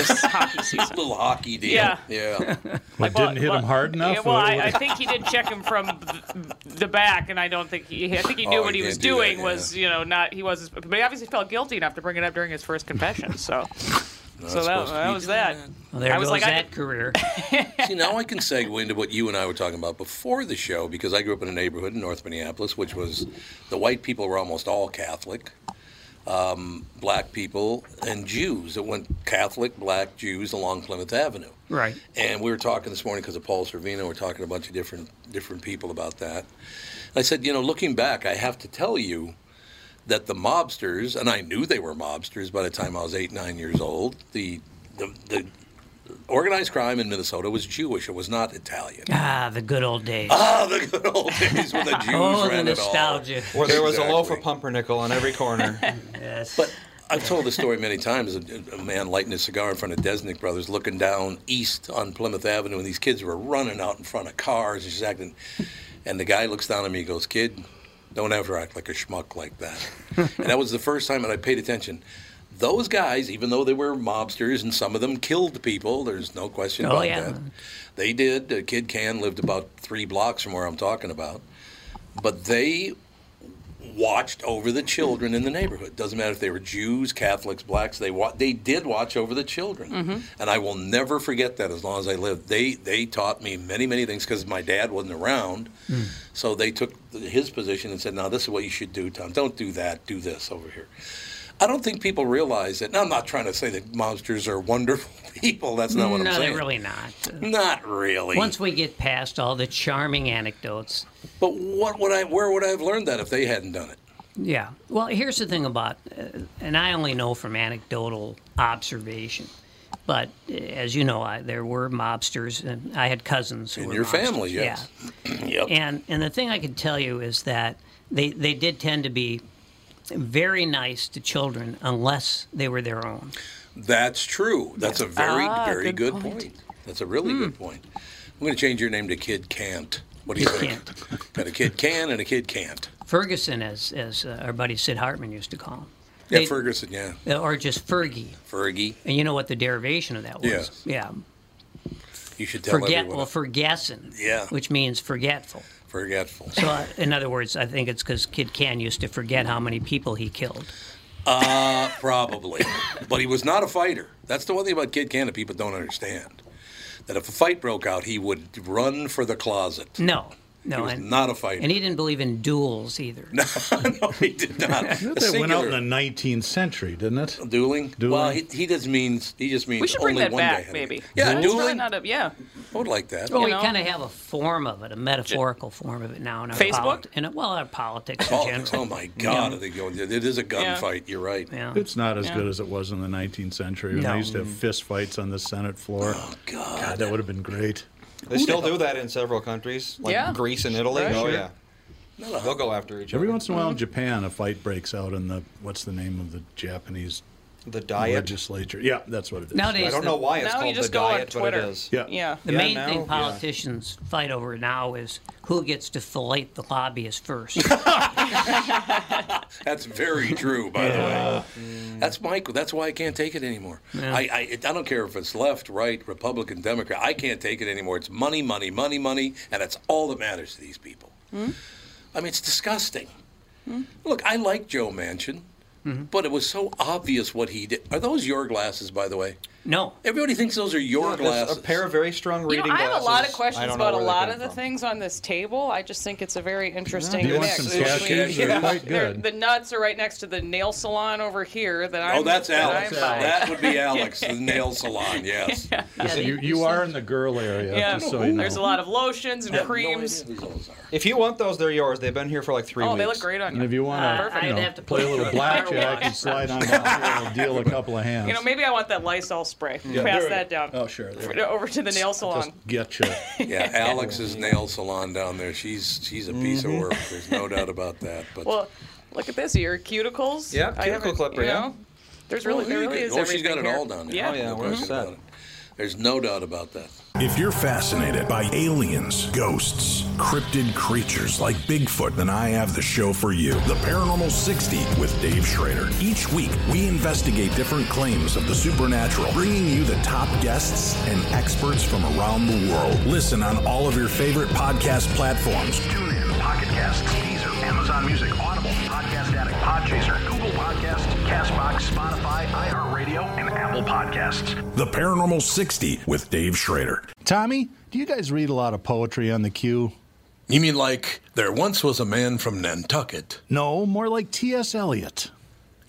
little hockey deal. Yeah. Yeah. What, didn't hit him hard enough? Yeah, well, What- I, what- I think he did check him from th- the back, and I don't think he. I think he knew Oh, what he he was did do that, doing was, you know, not he was, but he obviously felt guilty enough to bring it up during his first confession. So, so that, supposed to that be was doing that. Well, there I was goes like, I- that career. See, now I can segue into what you and I were talking about before the show because I grew up in a neighborhood in North Minneapolis, which was the white people were almost all Catholic, um, black people, and Jews. It went Catholic, black, Jews along Plymouth Avenue. Right. And we were talking this morning because of Paul Servino. We're talking to a bunch of different different people about that. I said, you know, looking back, I have to tell you that the mobsters, and I knew they were mobsters by the time I was eight, nine years old. The the, the organized crime in Minnesota was Jewish. It was not Italian. Ah, the good old days. Ah, the good old days when the Jews Oh, the ran it all. nostalgia. Where there was a loaf Exactly. of pumpernickel on every corner. yes. But I've told this story many times. A, a man lighting his cigar in front of Desnick Brothers, looking down east on Plymouth Avenue, and these kids were running out in front of cars and just acting. And the guy looks down at me, and goes, "Kid, don't ever act like a schmuck like that." and that was the first time that I paid attention. Those guys, even though they were mobsters and some of them killed people, there's no question Oh, about yeah. that. They did. Uh, Kid Can lived about three blocks from where I'm talking about. But they watched over the children in the neighborhood. Doesn't matter if they were Jews, Catholics, blacks. They wa- they did watch over the children, Mm-hmm. Mhm. and I will never forget that as long as I live. They they taught me many many things because my dad wasn't around, so they took his position and said, "Now this is what you should do, Tom. Don't do that. Do this over here." I don't think people realize that. And I'm not trying to say that monsters are wonderful people. That's not what no, I'm saying. they're really not. Not really. Hmm. Once we get past all the charming anecdotes, But what would I? Where would I have learned that if they hadn't done it? Yeah. Well, here's the thing about, uh, and I only know from anecdotal observation, but uh, as you know, I, there were mobsters, and I had cousins who In were your mobsters. family, yes. Yeah. Yep. And and the thing I can tell you is that they they did tend to be very nice to children unless they were their own. That's true. That's a very, Ah, very good Hmm. good, point. That's a really good point. I'm going to change your name to Kid Can't. What do you think? Got a kid can and a kid can't. Ferguson, as as uh, our buddy Sid Hartman used to call him, Yeah, They- Ferguson. Yeah, uh, or just Fergie. Fergie. And you know what the derivation of that was? Yes. Yeah. You should tell Forget everyone. well, forgessen. Yeah. Which means forgetful. Forgetful. So, uh, in other words, I think it's because Kid Can used to forget how many people he killed. Uh, probably. but he was not a fighter. That's the one thing about Kid Can that people don't understand. That if a fight broke out, he would run for the closet. No, no, He was and, not a fighter. and he didn't believe in duels either. No, no he did not. I thought that went out in the 19th century, didn't it? Dueling. Dueling. Well, he, he just means he just means we should bring only that one back, guy. maybe. Yeah, That's really dueling. not a, Oh, yeah. I would like that. Well, You we know? kind of have a form of it, a metaphorical form of it now in our Facebook? polit- in a- well, our politics in Oh, general. oh my God! Yeah. Are they going? It is a Yeah. gunfight. You're right. Yeah. It's not as Yeah. good as it was in the 19th century when No. they used to have fist fights on the Senate floor. Oh, God. that would have been great. They still do that in several countries, like Yeah. Greece and Italy. Right. Oh Sure. yeah, they'll go after each Mm-hmm. other. Every once in a while in Japan, a fight breaks out in the, what's the name of the Japanese The diet legislature. Yeah, that's what it is. Nowadays, I don't know why it's now you called just the go on diet, but it Twitter. is. Yeah. Yeah. The Yeah, main now- thing yeah. politicians fight over now is who gets to fillet the lobbyist first. That's very true, by the way. That's my. That's why I can't take it anymore. Yeah. I, I I don't care if it's left, right, Republican, Democrat. I can't take it anymore. It's money, money, money, money, and that's all that matters to these people. Hmm? I mean, it's disgusting. Hmm? Look, I like Joe Manchin, Mm-hmm. but it was so obvious what he did. Are those your glasses, by the way? No. Everybody thinks those are your Yeah, that's glasses. A pair of very strong You reading know, I have a glasses. lot of I questions don't know about a where they lot came of the from. things on this table. I just think it's a very interesting Do you want mix. some cashews? between- They're quite They're- good. The nuts are right next to the nail salon over here that I'm. Oh, that's that Alex. I'm buying. That would be Alex, the nail salon. Yes. Listen, you, you are in the girl area, Yeah, just so you know. there's a lot of lotions and creams. If you want those, they're yours. They've been here for like three oh, weeks. they look great on And you. Ah, if you want Perfect. to, you know, play a little blackjack and slide on down here, we'll deal a couple of hands. You know, maybe I want that Lysol spray. Yeah. Pass There that down. Oh, sure. there we go. Over to the nail salon. Get you. Yeah, Alex's nail salon down there. She's she's a piece Mm-hmm. of work. There's no doubt about that. But Well, look at this. Your cuticles. Yeah, I haven't- cuticle clipper, you yeah. know, There's really, there really is oh, she's got it everything all here. down there. Yeah. No question about it. There's no doubt about that. If you're fascinated by aliens, ghosts, cryptid creatures like Bigfoot, then I have the show for you The Paranormal 60 with Dave Schrader. Each week, we investigate different claims of the supernatural, bringing you the top guests and experts from around the world. Listen on all of your favorite podcast platforms. Tune in, Pocket Casts, Deezer, Amazon Music, Audible, Podcast Addict, Podchaser, Google Podcasts, Castbox, Spotify, iHeartRadio, and Apple Podcasts. The Paranormal 60 with Dave Schrader. Tommy, do you guys read a lot of poetry on the queue? You mean like there once was a man from Nantucket? No, more like T.S. Eliot.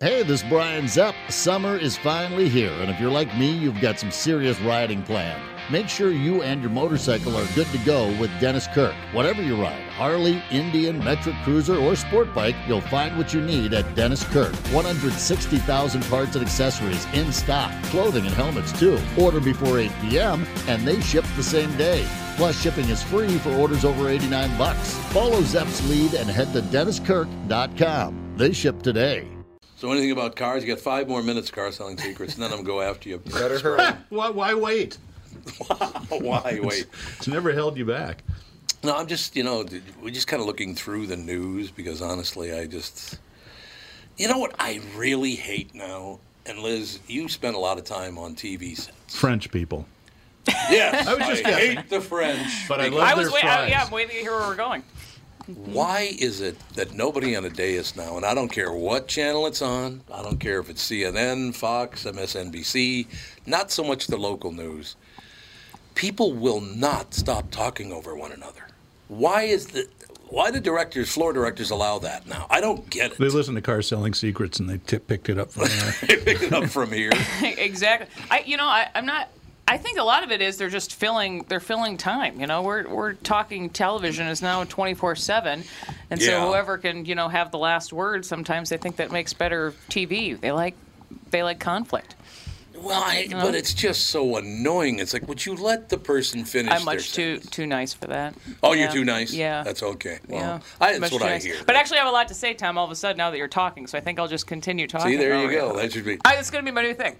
Hey, this is Brian Zepp. Summer is finally here, and if you're like me, you've got some serious riding planned. Make sure you and your motorcycle are good to go with Dennis Kirk. Whatever you ride Harley, Indian, Metric Cruiser, or Sport Bike you'll find what you need at Dennis Kirk. 160,000 parts and accessories in stock, clothing and helmets too. Order before 8 p.m., and they ship the same day. Plus, shipping is free for orders over 89 bucks. Follow Zepp's lead and head to DennisKirk.com. They ship today. So anything about cars? You got five more minutes, car selling secrets, and then I'm gonna go after you. Better hurry. why, why wait? Why wait? It's never held you back. No, I'm just you know d- we're just kind of looking through the news because honestly, I just you know what I really hate now. And Liz, you spend a lot of time on TV sets. French people. Yes, I was just I guessing. hate the French. But I because- love I was their waiting. fries. Yeah, I'm waiting to hear where we're going. Why is it that nobody on a deist now, and I don't care what channel it's on, I don't care if it's CNN, Fox, MSNBC, not so much the local news, people will not stop talking over one another. Why is the why do directors, floor directors, allow that now? I don't get it. They listen to Car Selling Secrets and they t- picked it up from there. They pick it up from here. exactly. I, you know, I, I'm not. I think a lot of it is they're just filling. They're filling time. You know, we're we're talking television is now 24 seven, and Yeah. so whoever can you know have the last word. Sometimes they think that makes better TV. They like they like conflict. Well, I, but it's just so annoying. It's like, would you let the person finish? I'm their much too too nice for that. Oh, you're Yeah. too nice. Yeah. that's okay. Well, yeah, I, much that's what too I nice. hear. But actually, I have a lot to say, Tom. All of a sudden, now that you're talking, so I think I'll just continue talking. See, there Oh, you yeah. go. That should be I, it's going to be my new thing.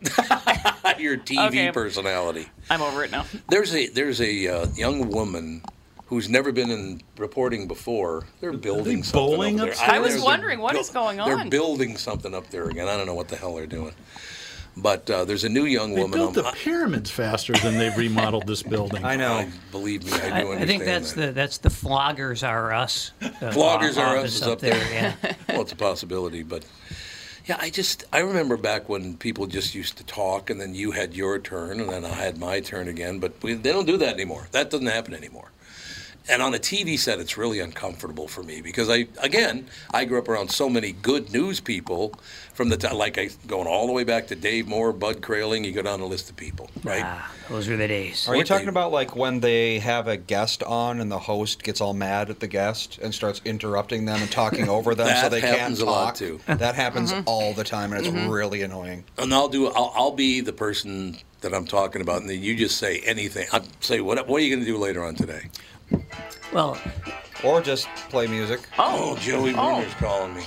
your TV Okay. personality. I'm over it now. There's a there's a uh, young woman who's never been in reporting before. They're building something bowling over there. upstairs? I was there's a wondering what buil- is going They're on. building something up there again. I don't know what the hell they're doing. But uh, there's a new young They woman. built on, the pyramids faster than they've remodeled this building. I know. believe me, I do I, understand I think that's that. the that's the floggers are us. uh, Vloggers are us office is up there. Yeah. well, it's a possibility, but yeah, I just I remember back when people just used to talk, and then you had your turn, and then I had my turn again. But we, they don't do that anymore. That doesn't happen anymore. And on a TV set, it's really uncomfortable for me because I, again, I grew up around so many good news people from the time, like I going all the way back to Dave Moore, Bud Kraling. You go down the list of people, right? those were the days. Are you talking about like when they have a guest on and the host gets all mad at the guest and starts interrupting them and talking over them so That they happens can't a talk? lot, too. That happens Mm-hmm. all the time and it's really annoying. and I'll do. I'll, I'll be the person that I'm talking about, and then you just say anything. I'll say what. What are you going to do later on today? Well, or just play music. Oh, Joey Oh. Warner's calling me.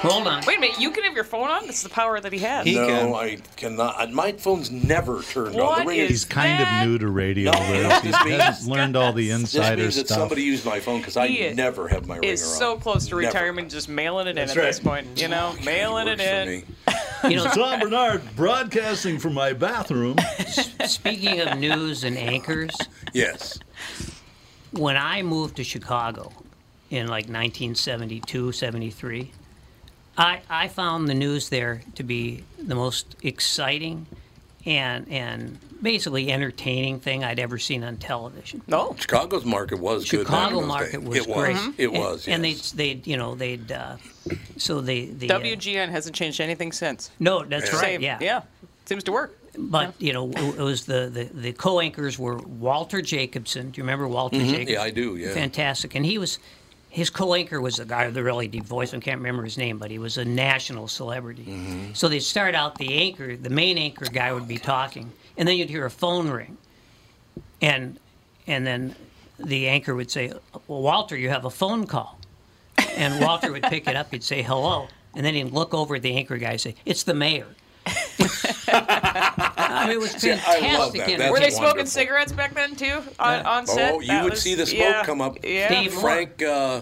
Hold on. Wait a minute. You can have your phone on. That's the power that he has. no, I cannot. I- My phone's never turned on. What The ring He's kind of new to radio. No, Liz. He this means- hasn't learned all the This insider means that stuff. somebody used my phone because I He is- never have my ringer is so on. close to Never. Oh, retirement, just mailing it in That's at right. this point. You know, mailing it in. You know, Tom Bernard broadcasting from my bathroom. speaking of news and anchors, Yes. when I moved to Chicago in like 1972, 73, I, I found the news there to be the most exciting and and basically entertaining thing I'd ever seen on television. No. Chicago's market was good. back Chicago in those market days. was, it was. great. It was. And, yes. they they you know they'd uh, so they the uh, WGN hasn't changed anything since. no that's right Same. yeah Yeah. Seems to work. but you know it was the the, the co-anchors were Walter Jacobson. Do you remember Walter Mhm. Jacobson? Yeah, I do, yeah. fantastic. And he was his co-anchor was a guy with a really deep voice. I can't remember his name, but he was a national celebrity. Mm-hmm. So they'd start out the anchor, the main anchor guy would be talking, and then you'd hear a phone ring, and and then the anchor would say, "Well, Walter, you have a phone call," and Walter would pick it up. He'd say, "Hello," and then he'd look over at the anchor guy and say, "It's the mayor." I mean, it was See, I love fantastic. that. and- That's Were they smoking wonderful. cigarettes back then too on, on set? Oh, you That would was- see the smoke yeah, come up. Yeah. Frank. Uh,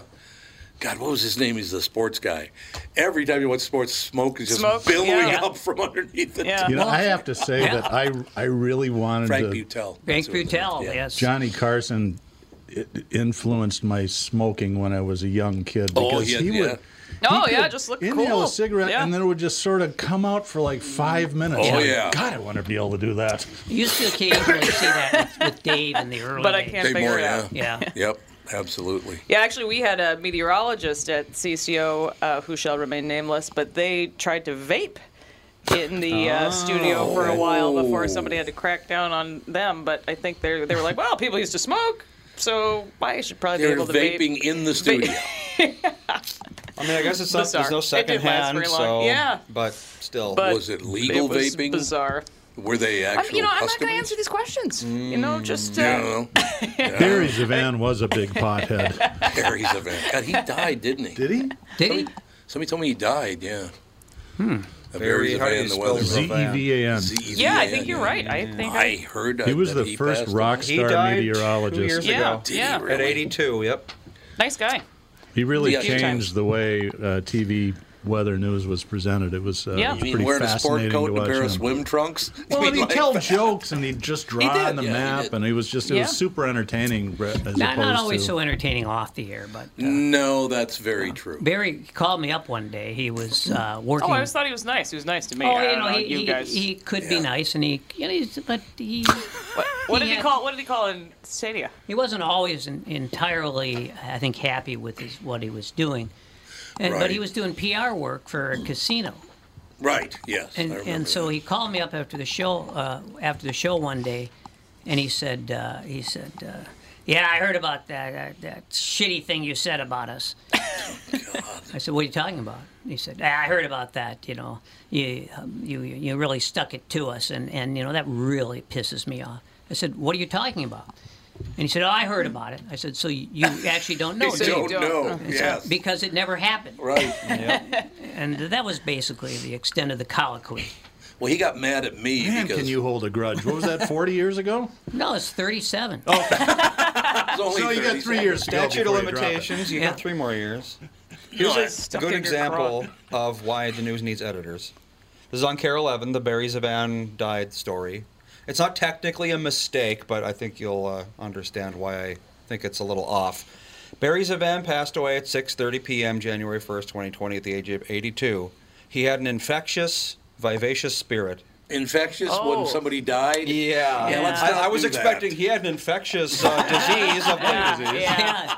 God, what was his name? He's the sports guy. Every time you watch sports, smoke is just Smoke, billowing yeah. up from underneath the. Yeah. You know, I have to say that I I really wanted Frank to. Butel. Frank That's who it is. Butel, Yeah. yes. Johnny Carson it influenced my smoking when I was a young kid Oh, because yeah, he yeah. would Oh he yeah, could just look inhale cool. a cigarette Yeah. and then it would just sort of come out for like five minutes. Oh, Like, yeah. God, I want to be able to do that. You used to occasionally see that with, with Dave in the early But I days. can't Dave figure Moore, it out. Yeah. Yep, absolutely. Yeah, actually, we had a meteorologist at CCO uh, who shall remain nameless, but they tried to vape in the Oh. uh, studio for a while Oh. before somebody had to crack down on them. But I think they they were like, well, people used to smoke, so I should probably They're be able to vaping vape. in the studio. I mean, I guess it's not, there's Bizarre. no It second didn't last hand, very long. so Yeah. but still, But was it legal it was vaping? Bizarre. Were they I'm, actual you know, I'm not customers? going to answer these questions. You Hmm. know, just uh, Yeah, I don't know. Barry Zavan was a big pothead. Harry's a van. God, he died, didn't he? Did he? Did he? Somebody told me he died. Yeah. Hmm. Very hard to spell Z E V A N. yeah, I think you're right. I think I, I heard. He uh, was that the first passed rock he star died two years meteorologist. Yeah, ago. away. yeah. Did he At really? 82, yep. nice guy. He really Yeah, two times. changed the way uh, TV weather news was presented. It was, uh, it Yeah. was You mean pretty wearing a sport fascinating to coat and a watch pair of him. swim trunks? You Well, mean and he'd like tell that? jokes and he'd just draw did, on the yeah, he map, did. and he was just it Yeah. was super entertaining. re- As Not, not opposed always to, so entertaining off the air, but No, that's very true. Barry called me up one day. He was uh, working. Oh, I always thought he was nice. He was nice to me. Oh, I you don't know, he, you he, guys. he could be nice, and he, you know, he's, but he. what did he call? What did he call in Stadia? He wasn't always en- entirely, I think, happy with his, what he was doing, and, but he Right. was doing PR work for a casino. Right. Yes. I And, remember and so he called me up after the show, uh, after the show one day, and he said, uh, he said, uh, yeah, I heard about that, that that shitty thing you said about us. I said, what are you talking about? He said, "Ah, I heard about that. You know, you um, you you really stuck it to us, and and you know that really pisses me off. I said, what are you talking about? And he said, oh, I heard about it. I said, so you you actually don't know? You do don't know, And so- yes. because it never happened. Right. and that was basically the extent of the colloquy. Well, he got mad at me Man, because can you hold a grudge? What was that? Forty years ago? Oh, No, it's 37. so you got three years to go Statute before of you drop it. limitations. You Yeah. got three more years. Here's Here's a- a Stuck in good your example of why the news needs editors. This is on Care 11, the Barry Zavan died story. It's not technically a mistake, but I think you'll uh, understand why I think it's a little off. Barry Zavan passed away at 6:30 p.m. January 1st, 2020, at the age of 82. He had an infectious, vivacious spirit. infectious Oh. when somebody died. Yeah, Yeah. let's not I, I was do that. expecting he had an infectious uh, disease of Yeah, disease. yeah.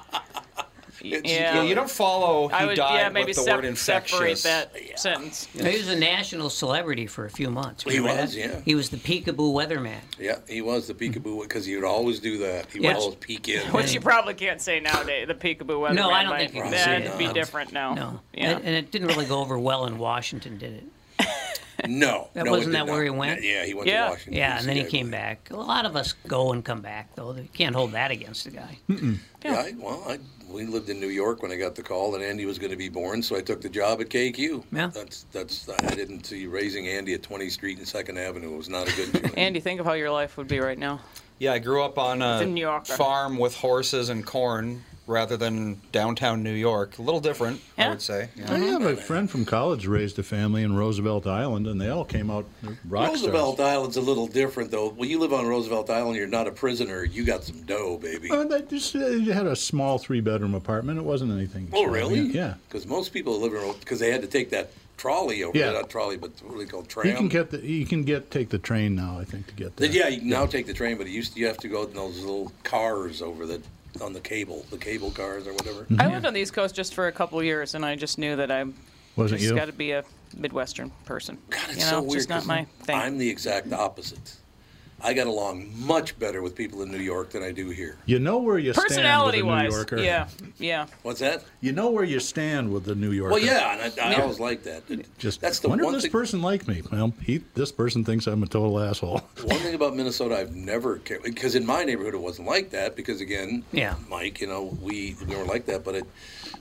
It's- Yeah. yeah, you don't follow. He I would, died yeah, maybe with the sep- word separate infectious. that sentence. He was a national celebrity for a few months. He remember was, that? yeah. He was the peekaboo weatherman. Yeah, he was the peekaboo because he would always do that. He Yeah. would always peek in. Which you probably can't say nowadays. The peekaboo weather. No, I don't think you can say that'd that. be No. different now. No. Yeah. And, and it didn't really go over well in Washington, did it? Mm-hmm. No, That no, it wasn't did that where not. he went? Yeah, he went to Washington, Yeah, and then he DC, I came back. A lot of us go and come back, though. You can't hold that against the guy. Yeah, I, well, I, we lived in New York when I got the call, and Andy was going to be born, so I took the job at KQ. Yeah. That's that's I didn't see raising Andy at 20th Street and Second Avenue was not a good choice. Andy, think of how your life would be right now. Yeah, I grew up on It's in New a York, right? farm with horses and corn rather than downtown New York. A little different, I would say. Yeah. I have a friend from college raised a family in Roosevelt Island, and they all came out rock Roosevelt Island's a little different though. When you live on Roosevelt Island, you're not a prisoner. You got some dough, baby. Well, they just uh, they had a small three-bedroom apartment. It wasn't anything. Oh, extravagant. really? Yeah. Because most people live in because they had to take that trolley over Yeah. there, not trolley, but what do they call it, tram? You can get the, you can get take the train now. I think to get there. Then, yeah, you can now take the train, but it used to, you have to go in those little cars over the on the cable, the cable cars or whatever. I Mm-hmm. lived on the East Coast just for a couple years, and I just knew that I Wasn't just you? got to be a Midwestern person. God, It's you know, so weird. just not 'cause my thing. I'm the exact opposite. I got along much better with people in New York than I do here. You know where you stand with a New Personality-wise, Yorker. yeah, yeah. What's that? You know where you stand with the New Yorker. Well, yeah, and I, I always like that. Just That's the wonder one if this thing- person liked me. Well, he this person thinks I'm a total asshole. One thing about Minnesota, I've never cared because in my neighborhood it wasn't like that. Because again, Yeah. Mike, you know, we we were like that. But it,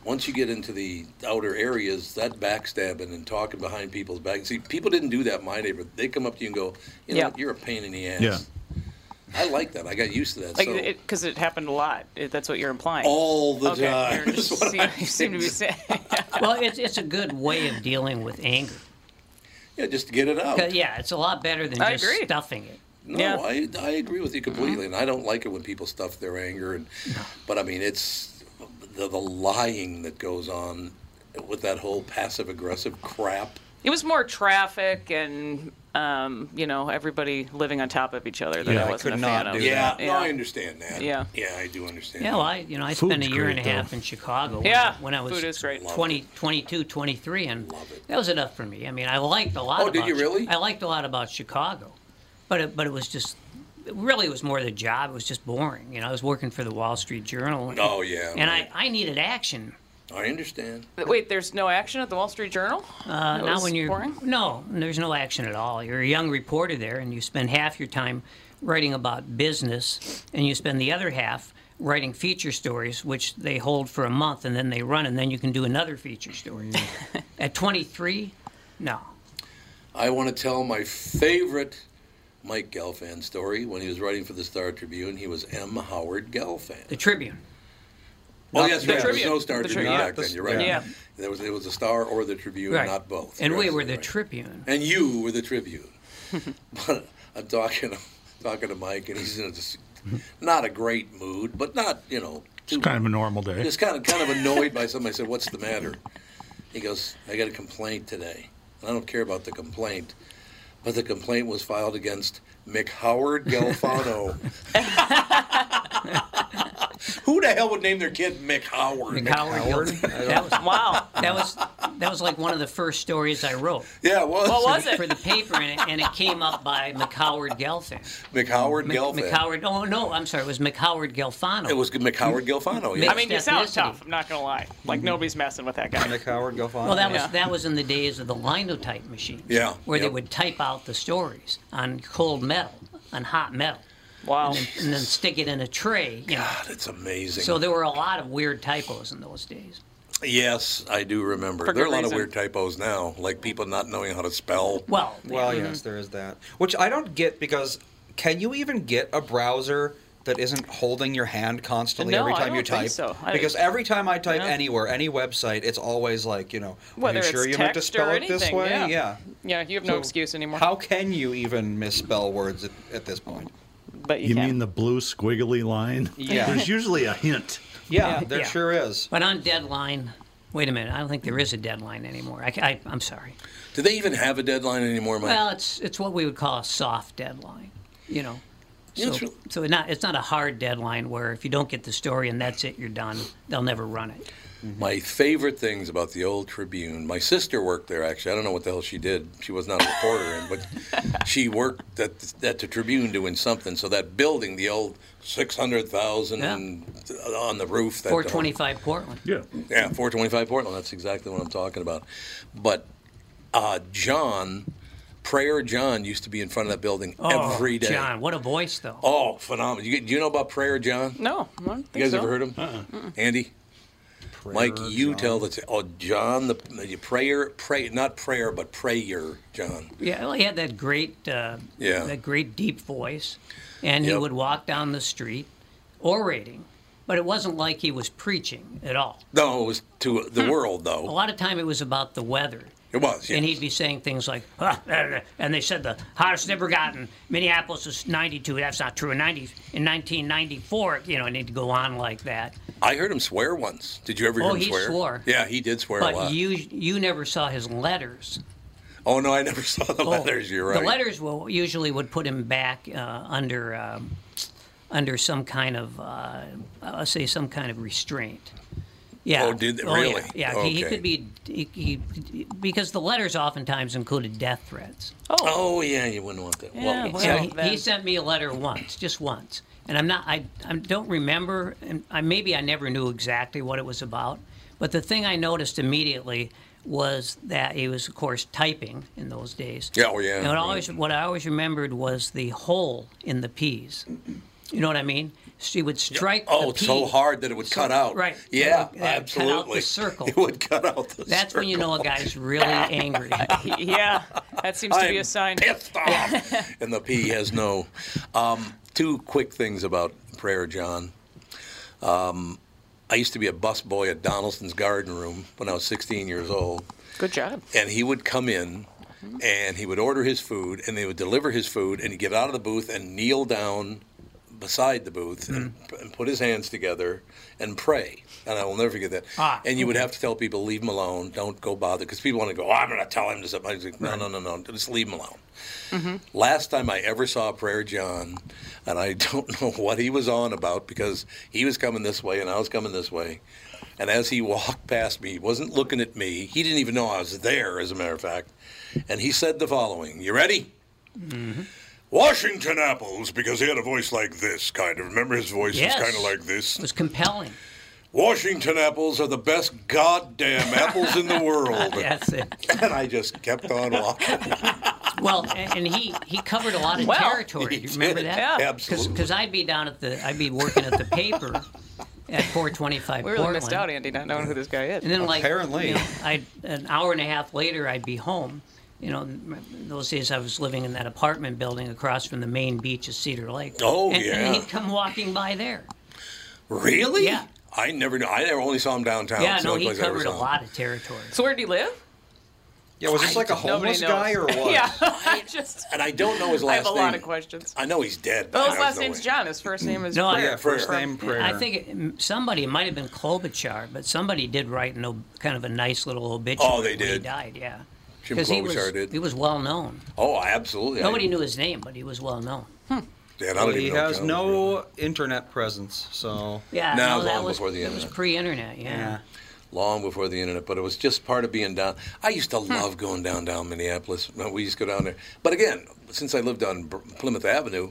once you get into the outer areas, that backstabbing and talking behind people's back. See, people didn't do that in my neighborhood. They come up to you and go, you know, Yeah. what, you're a pain in the ass. Yeah. I like that. I got used to that. Like, so because it, happened a lot. It- that's what you're implying. All the okay, time. you're just That's what seem- I you seem to be saying. well, it's, it's a good way of dealing with anger. yeah, just get it out. 'Cause, Yeah, it's a lot better than I just agree. stuffing it. No, I, I agree with you completely, and I don't like it when people stuff their anger. And but I mean, it's the, the lying that goes on with that whole passive aggressive crap. It was more traffic and um, you know everybody living on top of each other that Yeah, I I wasn't could a not fan of. do that. Yeah, no, I understand that. Yeah, Yeah, I do understand. Yeah, well, I, you know, I Food's spent a year and a great, half though. in Chicago. Yeah, when, when I was food is great. 20, 22, 23, and that was enough for me. I mean, I liked a lot. Oh, did about you Chi- really? I liked a lot about Chicago, but it, but it was just it really was more the job. It was just boring. You know, I was working for the Wall Street Journal. and- Oh, yeah, and right. I, I needed action. I understand. Wait, there's no action at the Wall Street Journal? Uh, That not was when you're boring? no, there's no action at all. You're a young reporter there, and you spend half your time writing about business, and you spend the other half writing feature stories, which they hold for a month, and then they run, and then you can do another feature story. at 23, no. I want to tell my favorite Mike Gelfand story when he was writing for the Star Tribune. He was M. Howard Gelfand. The Tribune. Oh, Not yes, the right. There was Tribune. no Star The Tribune Tribune. back then. You're right. Yeah. There was it was a Star or the Tribune, Right. not both. And You're we were the absolutely right. Tribune. And you were the Tribune. but I'm talking talking to Mike, and he's in a, just not a great mood, but not you know It's kind of a normal day. just kind of kind of annoyed by something. I said, "What's the matter?" He goes, "I got a complaint today. And I don't care about the complaint, but the complaint was filed against Mick Howard Gelfano. Who the hell would name their kid Mick Howard? Mick Howard That was, wow. That was that was like one of the first stories I wrote. Yeah, it was. What was it? For the paper, and it, and it came up by McHoward Gelfand. Mick Howard Gelfand. McHoward. Oh no, I'm sorry. It was McHoward Gelfano. It was McHoward Gelfano. Yeah. I mean, you Mixed sound ethnicity. tough. I'm not gonna lie. Like nobody's messing with that guy. McHoward Gelfano. Well, that was Yeah. that was in the days of the linotype machines. Yeah, Where they yep. would type out the stories on cold metal, on hot metal. Wow. And then, and then stick it in a tray. You know. God, it's amazing. So there were a lot of weird typos in those days. yes, I do remember. For there are a good lot of reason. weird typos now, like people not knowing how to spell. Well, Well, yes, there is that. Which I don't get because can you even get a browser that isn't holding your hand constantly No, every I time you don't think type? so. I- because every time I type No. anywhere, any website, it's always like, you know, Whether are you sure it's you meant to text or spell it this anything, way? yeah. yeah. Yeah, you have no excuse anymore. How can you even misspell words at, at this point? But You mean the blue squiggly line? Yeah. There's usually a hint. Yeah, there sure is. But on deadline, wait a minute. I don't think there is a deadline anymore. I, I, I'm sorry. Do they even have a deadline anymore, Mike? Well, it's it's what we would call a soft deadline, you know. Yeah, So, it's real- so not it's not a hard deadline where if you don't get the story and that's it, you're done. They'll never run it. My favorite things about the old Tribune. My sister worked there actually. I don't know what the hell she did. She was not a reporter, and but she worked at the, at the Tribune doing something. So that building, the old six hundred thousand on the roof, that uh, 425 Portland. Yeah. Yeah, 425 Portland. That's exactly what I'm talking about. But uh, John, Prayer John, used to be in front of that building Oh, every day. John, what a voice though. Oh, phenomenal. You, do you know about Prayer John? No, I don't You think guys so. ever heard him? Uh-uh. Uh-uh. Andy? Mike, you tell the. T- oh, John, the, the prayer, pray, not prayer, but prayer, John. Yeah, well, he had that great, uh, Yeah. that great deep voice, and he Yep. would walk down the street, orating, but it wasn't like he was preaching at all. No, it was to Hmm. the world, A though. lot of time it was about the weather. Oh. It was, yeah. And he'd be saying things like, "Ah, blah, blah," and they said the hottest it's ever gotten. Minneapolis is 92. That's not true. In 90, in 1994, you know, and he'd go on like that. I heard him swear once. Did you ever hear Oh, him he swear? swore. Yeah, he did swear a But lot. you you never saw his letters. oh, no, I never saw the Oh, letters. You're right. The letters will usually would put him back uh, under um, under some kind of uh, I'll say some kind of restraint. Yeah. Oh, did they- yeah, really? Yeah. He, he Okay. could be he, he, because the letters oftentimes included death threats. Oh, yeah, you wouldn't want that. Yeah, So well, he, he then. sent me a letter once, just once, and I'm not. I, I don't remember, and I, maybe I never knew exactly what it was about. But the thing I noticed immediately was that he was, of course, typing in those days. Yeah, oh, yeah, And what, right. I always, what I always remembered was the hole in the peas. You know what I mean? She would strike. Oh, the pea. so hard that it would cut out. right. Yeah, That would- that would cut out the absolutely. circle. It would cut out the That's when you know a circle. guy's really angry. yeah, that seems to be I'm a sign. Pissed off. and the P has no. Um, two quick things about prayer, John. Um, I used to be a busboy at Donaldson's Garden Room when I was 16 years old, Good job. and he would come in. And he would order his food, and they would deliver his food, and he'd get out of the booth and kneel down beside the booth and, and put his hands together and pray. And I will never forget that. Ah, and you would have to tell people, leave him alone. Don't go bother. Because people want to go, oh, I'm going to tell him to something. I was like, no, no, no, no. Just leave him alone. Mm-hmm. Last time I ever saw Prayer John, and I don't know what he was on about because he was coming this way and I was coming this way. And as he walked past me, he wasn't looking at me. He didn't even know I was there, as a matter of fact. And he said the following You ready? Mm-hmm. Washington apples, because he had a voice like this, kind of. Remember his voice Yes. was kind of like this? It was compelling. Washington apples are the best goddamn apples in the world. That's it. And I just kept on walking. Well, and, and he he covered a lot of Well, territory. Do you remember did. that? Yeah. Because Absolutely. I'd be down at the I'd be working at the paper at 425 We really Portland. missed out, Andy, not knowing who this guy is. And then like Apparently. you know, I'd an hour and a half later I'd be home. You know, in those days I was living in that apartment building across from the main beach of Cedar Lake. Oh, and, yeah. And he'd come walking by there. Really? Yeah. I never knew. I never only saw him downtown. yeah, It's the no, only he place I ever covered a saw him. lot of territory. So where did he live? Yeah, was this like a homeless guy or what? yeah, I just And I don't know his I have a last lot name. of questions. I know he's dead. Well, but his I have last no name's way. John. His first name is No, I- Prayer. I think it, m- somebody it might have been Klobuchar, but somebody did write an ob- kind of a nice little obituary. Oh, they when He did. died, yeah. Jim 'Cause he was, Klobuchar did. He was well known. Oh, absolutely. I- Nobody knew his name, but he was well known. Dan, I don't he even know has John. no internet presence, so Yeah, Nah, it no, was that long was before the that was internet. pre-internet. Yeah. Long before the internet, but it was just part of being down. I used to love going down down Minneapolis. We used to go down there. But again, since I lived on Br- Plymouth Avenue,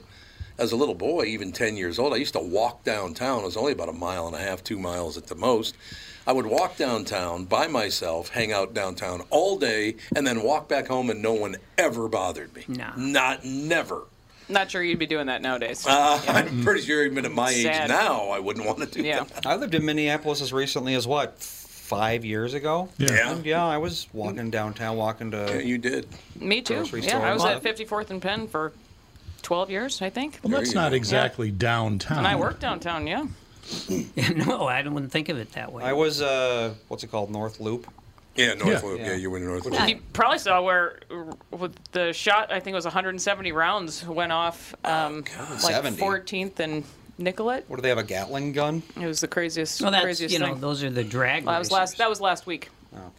as a little boy, even 10 years old, I used to walk downtown. It was only about a mile and a half, two miles at the most. I would walk downtown by myself, hang out downtown all day, and then walk back home, and no one ever bothered me. No. Not never. Not sure you'd be doing that nowadays. Uh, I'm pretty sure even at my Sad. age now, I wouldn't want to do Yeah. that. I lived in Minneapolis as recently as what five years ago. Yeah. And yeah, I was walking downtown, walking to. Yeah, you did. Me too. Grocery Yeah, store I was and at 54th and Penn for 12 years, I think. Well, that's not exactly downtown. And I worked downtown. Yeah. no, I wouldn't think of it that way. I was uh, what's it called, North Loop. Yeah, North Loop. Yeah, you were in North You probably saw where uh, with the shot. I think it was 170 rounds went off, Oh, um, like 70. 14th and Nicollet. What do they have a Gatling gun? It was the craziest, No, that's craziest you know thing. those are the drag. Well, that was last. That was last week.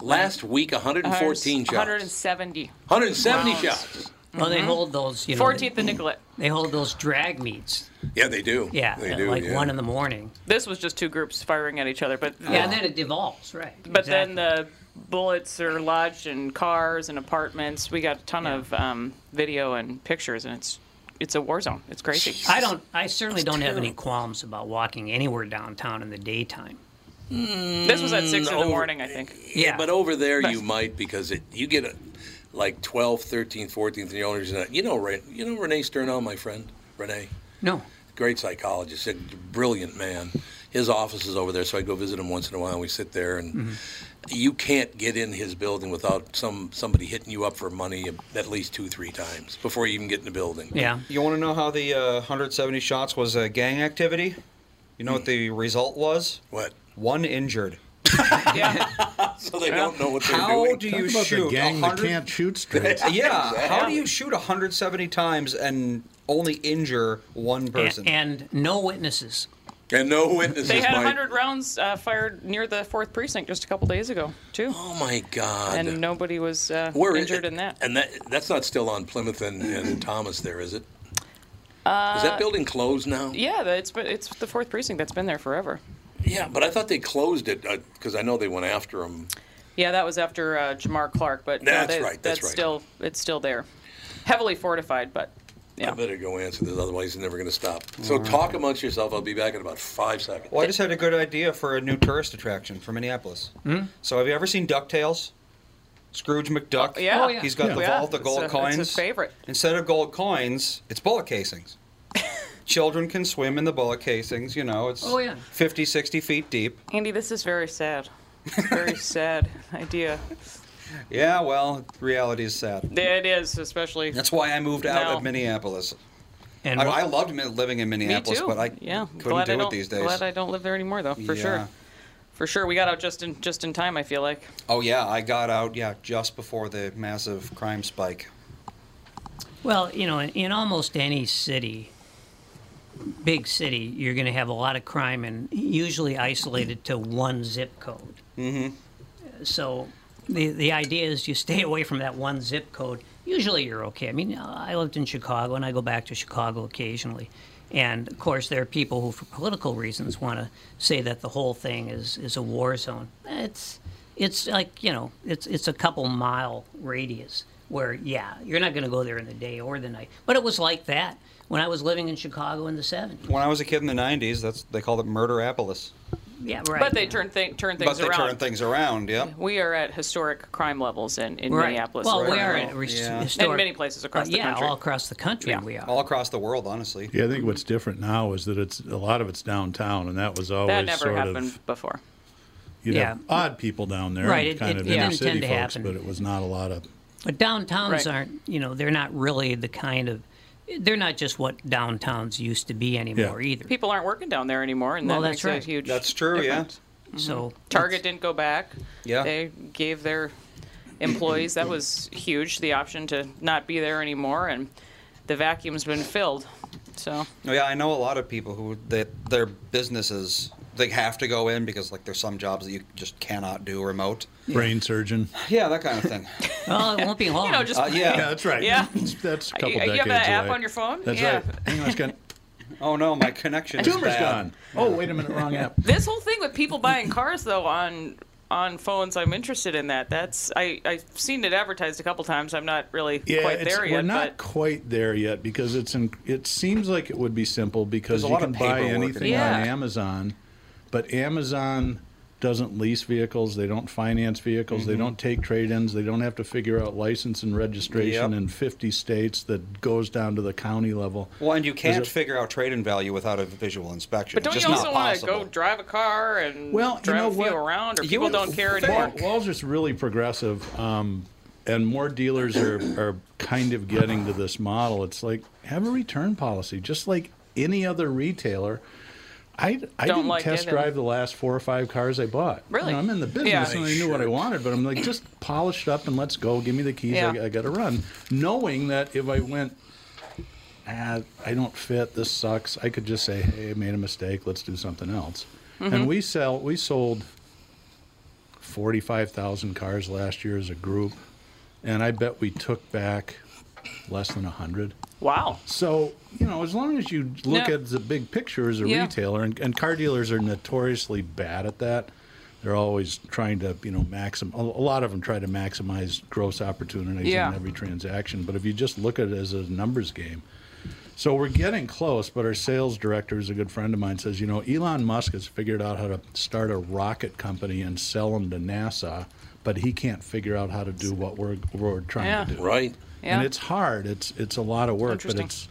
Last week, 114 shots. 170. 170 shots. Well, they Mhm. hold those. You know, 14th and Nicollet. They, they hold those drag meets. Yeah, they do. Yeah, they at do. like yeah. one in the morning. This was just two groups firing at each other, but Yeah, and then it devolves, right? But then the bullets are lodged in cars and apartments. We got a ton of um, video and pictures, and it's it's a war zone. It's crazy. I don't. I certainly don't have any qualms about walking anywhere downtown in the daytime. Mm. This was at six Mm, in the over- morning, I think. Yeah, but over there you might because it you get a, like 12, 13, 14th, and the owners. You know, Ren- you know Renee Sternall, my friend Renee. No. Great psychologist, a brilliant man. His office is over there, so I go visit him once in a while. and We sit there, Hmm. and Mm-hmm. you can't get in his building without some somebody hitting you up for money at least two, three times before you even get in the building. You want to know how the uh, 170 shots was a gang activity? You know what the result was? Hmm. What? One injured. So they don't know what they're How doing. do Talk you about the shoot gang that 100 can't shoot straight. yeah. How do Exactly. you shoot 170 times and only injure one person? And, no witnesses. And no witnesses. They had 100 rounds uh, fired near the fourth precinct just a couple days ago, too. Oh my God. And nobody was uh, Where is injured it? in that. And that that's not still on Plymouth and, and Thomas there, is it? Uh, Is that building closed now? Yeah, that- it's been- it's the fourth precinct that's been there forever. Yeah, but I thought they closed it because I know they went after them. Yeah, that was after uh, Jamar Clark, but no, That's that- right, that's right. still it's still there, heavily fortified, but I better go answer this, otherwise it's never going to stop. So talk amongst yourself. I'll be back in about five seconds. Well, I just had a good idea for a new tourist attraction for Minneapolis. Hmm? So, have you ever seen DuckTales? Scrooge McDuck. yeah. Oh, yeah. He's got the Yeah. vault of It's gold a- it's a coins. favorite. Instead of gold coins, it's bullet casings. Children can swim in the bullet casings. You know, it's Oh, yeah. 50, 60 feet deep. Andy, this is very sad. Very sad idea. Yeah, well, reality is sad. It is, especially. That's why I moved out No. of Minneapolis. And I, what- I loved mi- living in Minneapolis, Me too. but I yeah, couldn't glad I do it don't- these days. Glad I don't live there anymore, though, for Yeah. sure. For sure, we got out just in just in time. I feel like. Oh yeah, I got out yeah just before the massive crime spike. Well, you know, in, in almost any city, big city, you're going to have a lot of crime, and usually isolated to one zip code. Mm-hmm. So the the idea is you stay away from that one zip code. Usually you're okay. I mean, I lived in Chicago and I go back to Chicago occasionally. And of course, there are people who, for political reasons, want to say that the whole thing is, is a war zone. It's it's like you know, it's it's a couple mile radius where yeah, you're not going to go there in the day or the night. But it was like that when I was living in Chicago in the '70s. When I was a kid in the '90s, that's they called it Murderapolis. Yeah, right. But they turn thi- turn But things they around. turned things around. Yeah. we are at historic crime levels in, in Right. Minneapolis. Well, as we are now. at res- Yeah. in historic- many places across Uh, the yeah, country. all across the country we are. All across the world, honestly. Yeah, I think what's different now is that it's a lot of it's downtown, and that was always that never sort happened of before. you'd have Yeah. odd people down there, Right, and it- kind it- of it inner didn't city tend to folks, happen. but it was not a lot of. But downtowns Right. aren't, you know, they're not really the kind of they're not just what downtowns used to be anymore either. People aren't working down there anymore, and Well, that that's makes right. a huge. That's true, yeah. difference. Mm-hmm. So, Target didn't go back. Yeah. They gave their employees that was huge the option to not be there anymore, and the vacuum's been filled. So Oh, yeah, I know a lot of people who that their businesses they have to go in because like there's some jobs that you just cannot do remote. Brain surgeon. Yeah, that kind of thing. well, it won't be long. you know, just Uh, yeah. Yeah, that's right. Yeah. That's, that's a couple You have decades that app away. on your phone? That's Yeah. right. Hang on a second. Oh no, my connection is Tumor's bad. gone. Oh, wait a minute, wrong app. This whole thing with people buying cars though on on phones, I'm interested in that. That's I I've seen it advertised a couple times. I'm not really Yeah, quite it's- there we're yet, not quite there yet because it's in, it seems like it would be simple because There's a you lot can of buy paperwork anything involved. on Yeah. Amazon, but Amazon doesn't lease vehicles, they don't finance vehicles, they Mhm. don't take trade-ins, they don't have to figure out license and registration Yep. in 50 states that goes down to the county level. Well, and you Is can't it- figure out trade-in value without a visual inspection. but don't It's you just also not want to go possible. drive a car and Well, you drive know a few what? around, or You people would don't care think anymore? Walzer's really progressive, um, and more dealers are, are kind of getting to this model. It's like have a return policy, just like any other retailer. I, I Don't didn't like test it, drive the last four or five cars I bought. You Really? know, I'm in the business Yeah. and I knew what I wanted, but I'm like, just polish it up and let's go. Give me the keys. Yeah. I, I got to run. Knowing that if I went, ah, I don't fit, this sucks, I could just say, hey, I made a mistake. Let's do something else. Mhm. And we sell, we sold 45,000 cars last year as a group, and I bet we took back less than 100. Wow. So, you know, as long as you look Yeah. at the big picture as a Yeah. retailer, and, and car dealers are notoriously bad at that. They're always trying to, you know, maxim. A a lot of them try to maximize gross opportunities Yeah. in every transaction. But if you just look at it as a numbers game, so we're getting close. But our sales director, is a good friend of mine, says, you know, Elon Musk has figured out how to start a rocket company and sell them to NASA, but he can't figure out how to do what we're, we're trying to Yeah. do. Right. Yeah. And it's hard. It's it's a lot of work, but Interesting. it's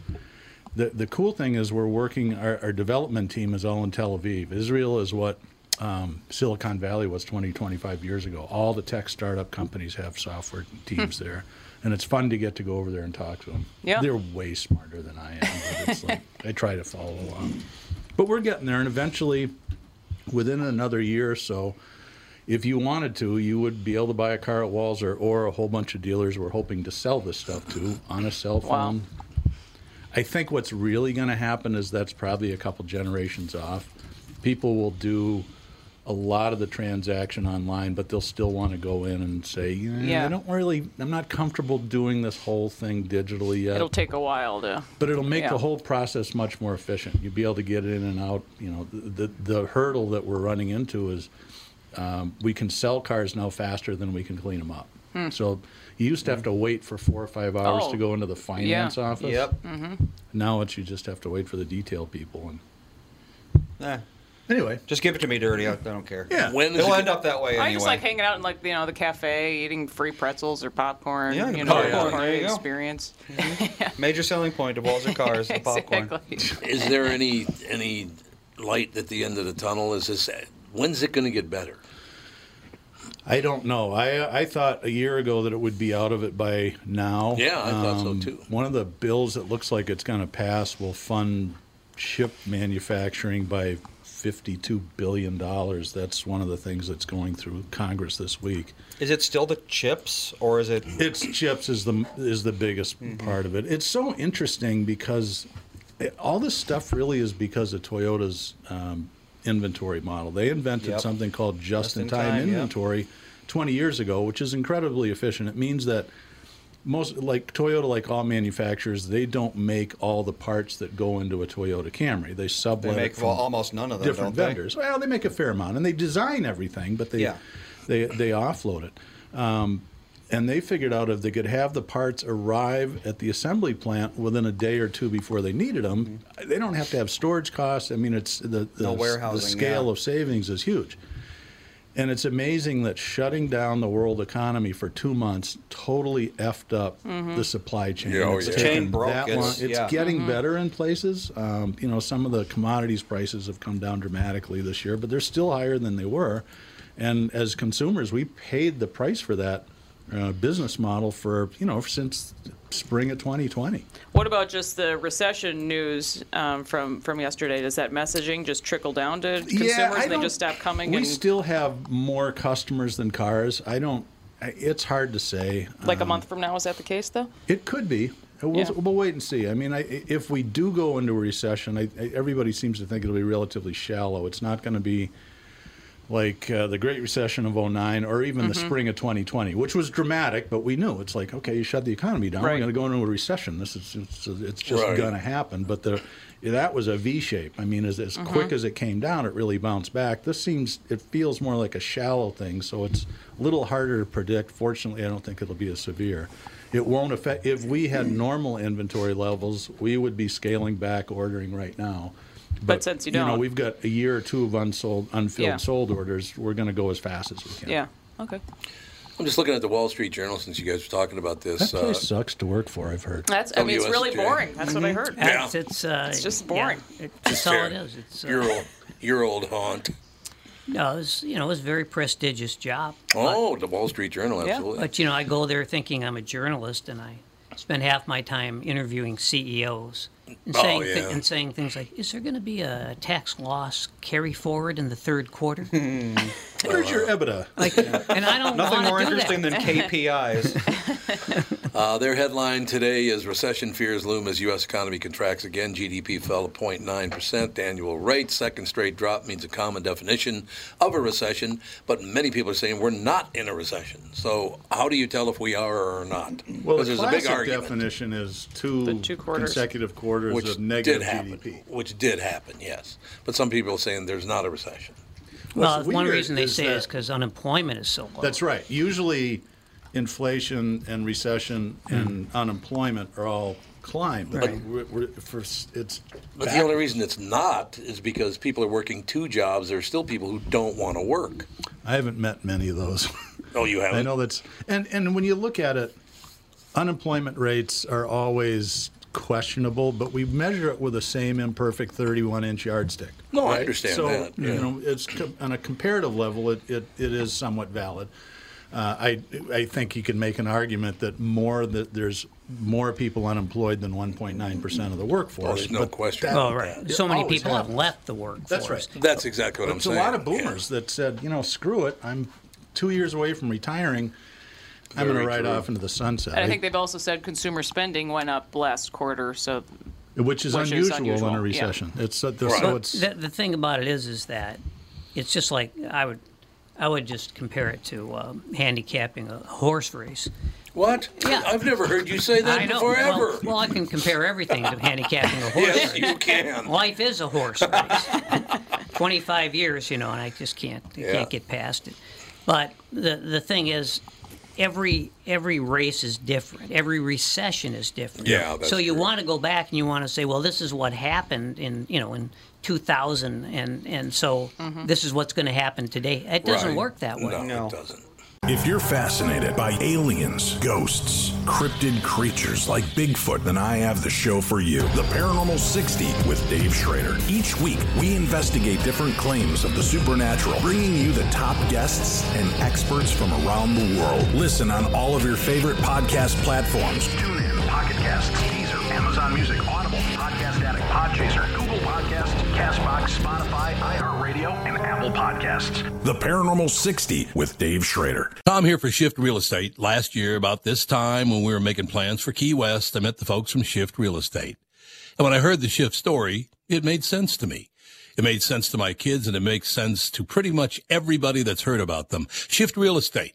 the the cool thing is we're working. Our, our development team is all in Tel Aviv. Israel is what um, Silicon Valley was 20, 25 years ago. All the tech startup companies have software teams there, and it's fun to get to go over there and talk to them. Yeah. they're way smarter than I am. But it's like, I try to follow along, but we're getting there, and eventually, within another year or so. If you wanted to, you would be able to buy a car at Walzer or a whole bunch of dealers we're hoping to sell this stuff to on a cell phone. I think what's really going to happen is that's probably a couple generations off. People will do a lot of the transaction online, but they'll still want to go in and say, yeah, Yeah. I don't really, I'm not comfortable doing this whole thing digitally yet. It'll take a while to. But it'll make Yeah. the whole process much more efficient. You'll be able to get in and out. You know, the the, the hurdle that we're running into is um, we can sell cars now faster than we can clean them up. Hmm. So you used to have to wait for four or five hours Oh, to go into the finance yeah. office. Yep. Mm-hmm. Now it's you just have to wait for the detail people. And Eh. Anyway, just give it to me dirty. I, I don't care. Yeah. When is it'll it- end up that way anyway. I just like hanging out in like you know the cafe, eating free pretzels or popcorn. Yeah, you know, popcorn, party there you go. experience. Major selling point to Walzer cars, the popcorn. Is there any any light at the end of the tunnel? Is this when's it going to get better? I don't know. I I thought a year ago that it would be out of it by now. Um, Yeah, I thought so, too. One of the bills that looks like it's going to pass will fund chip manufacturing by fifty-two billion dollars. That's one of the things that's going through Congress this week. Is it still the chips or is it? Mm-hmm. It's chips is the is the biggest part of it. It's so interesting because it- all this stuff really is because of Toyota's um, inventory model. They invented Yep. something called just-in-time Just-in-time, yeah. inventory 20 years ago, which is incredibly efficient. It means that most like Toyota, like all manufacturers, they don't make all the parts that go into a Toyota Camry. They sublet They it make from well, almost none of them. different don't vendors. Well, they make a fair amount, and they design everything, but they Yeah. they they offload it. Um, and they figured out if they could have the parts arrive at the assembly plant within a day or two before they needed them, they don't have to have storage costs. I mean, it's the the, Mm-hmm. No the warehousing, scale yeah. of savings is huge. And it's amazing that shutting down the world economy for two months totally effed up Mhm. the supply chain. Yeah, oh, it's yeah. taken Chain broke, that it's- long. It's yeah. getting Mhm. better better in places. Um, you know, some of the commodities prices have come down dramatically this year, but they're still higher than they were. And as consumers, we paid the price for that uh, business model for you know since spring of 2020. What about just the recession news um, from from yesterday? Does that messaging just trickle down to consumers Yeah, I and they don't- just stop coming? We and still have more customers than cars. I don't. I- It's hard to say. like a Um, month from now, is that the case though? It could be. We'll, Yeah. we'll wait and see. I mean, I, if we do go into a recession, I, I, everybody seems to think it'll be relatively shallow. It's not going to be like uh, the Great Recession of 09 or even the Mhm. spring of 2020, which was dramatic, but we knew it's like, okay, you shut the economy down. Right. We're going to go into a recession. This is it's, it's just Right. going to happen. But the that was a V shape. I mean, as, as Mm-hmm. quick Mhm. as it came down, it really bounced back. This seems it feels more like a shallow thing, so it's a little harder to predict. Fortunately, I don't think it'll be as severe. It won't affect if we had Hmm. normal inventory levels, we would be scaling back ordering right now. But, since you know, don't- we've got a year or two of unsold, unfilled Yeah. sold orders. We're going to go as fast as we can. Yeah. Okay. I'm just looking at the Wall Street Journal since you guys were talking about That this. uh, Oh, place sucks to work for. I've heard. That's. I mean, it's really WSJ. boring. That's what I heard. Yeah. That's- it's, uh, it's just boring. That's all it is. It's, uh, your old, your old haunt. No, it was, you know, it was a very prestigious job. Oh, the Wall Street Journal, absolutely. But you know, I go there thinking I'm a journalist, and I spend half my time interviewing CEOs and Oh, saying yeah. and saying things like, "Is there going to be a tax loss carry forward in the third quarter?" uh, Where's your EBITDA? Like, and I don't Nothing wanna more do that. interesting than KPIs. Uh, their headline today is Recession Fears Loom as U.S. economy contracts again. GDP fell to 0.9% annual rate. Second straight drop means a common definition of a recession, but many people are saying we're not in a recession. So, how do you tell if we are or not? Well, 'Cause the there's a big classic argument. definition is two, quarters. consecutive quarters Which of negative did happen, GDP. Which did happen, yes. But some people are saying there's not a recession. Well, What's one weird reason they is say is that- because unemployment is so low. That's right. Usually, inflation and recession and unemployment are all climb. But Hmm. Right. we're, we're, for, s- it's But back- the only reason it's not is because people are working two jobs. There are still people who don't want to work. I haven't met many of those. Oh, you haven't? I know that's and and when you look at it, unemployment rates are always questionable, but we measure it with the same imperfect 31 inch yardstick. No, I understand so, that, You yeah. know, it's com- on a comparative level, it it, it is somewhat valid. Uh, I I think you can make an argument that more that there's more people unemployed than 1.9 percent of the workforce. Oh, there's no but question. that- Oh, right. it So many always people have happens. left the workforce. That's right. That's exactly what I'm It's saying. a lot of boomers that said, you know, screw it. I'm two years away from retiring. I'm going to Very ride true. off into the sunset, And I think they've also said consumer spending went up last quarter, so which, is, Which is unusual in unusual, a yeah. recession. It's uh, But so it's the, the thing about it is, is that it's just like I would, I would just compare it to um, handicapping a horse race. What? Yeah. I've never heard you say that I know. before Well- ever. Well, I can compare everything to handicapping a horse Yes, race. you can. Life is a horse race. 25 years, you know, and I just can't I Yeah. can't get past it. But the the thing is every every race is different. Every recession is different. Yeah, that's so you want to go back and you want to say, well, this is what happened in, you know, in 2000 and and so Mm-hmm. this is what's going to happen today. It doesn't Right. work that way. No, it No. doesn't. If you're fascinated by aliens, ghosts, cryptid creatures like Bigfoot, then I have the show for you The Paranormal 60 with Dave Schrader. Each week, we investigate different claims of the supernatural, bringing you the top guests and experts from around the world. Listen on all of your favorite podcast platforms. TuneIn, Pocket Casts, Deezer, Amazon Music, Audible, Podcast Addict, Podchaser, Google Podcasts, Castbox, Spotify, iHeartRadio, and Apple Podcasts. The Paranormal 60 with Dave Schrader. Tom here for Shift Real Estate. Last year, about this time when we were making plans for Key West, I met the folks from Shift Real Estate. And when I heard the Shift story, it made sense to me. It made sense to my kids and it makes sense to pretty much everybody that's heard about them. Shift Real Estate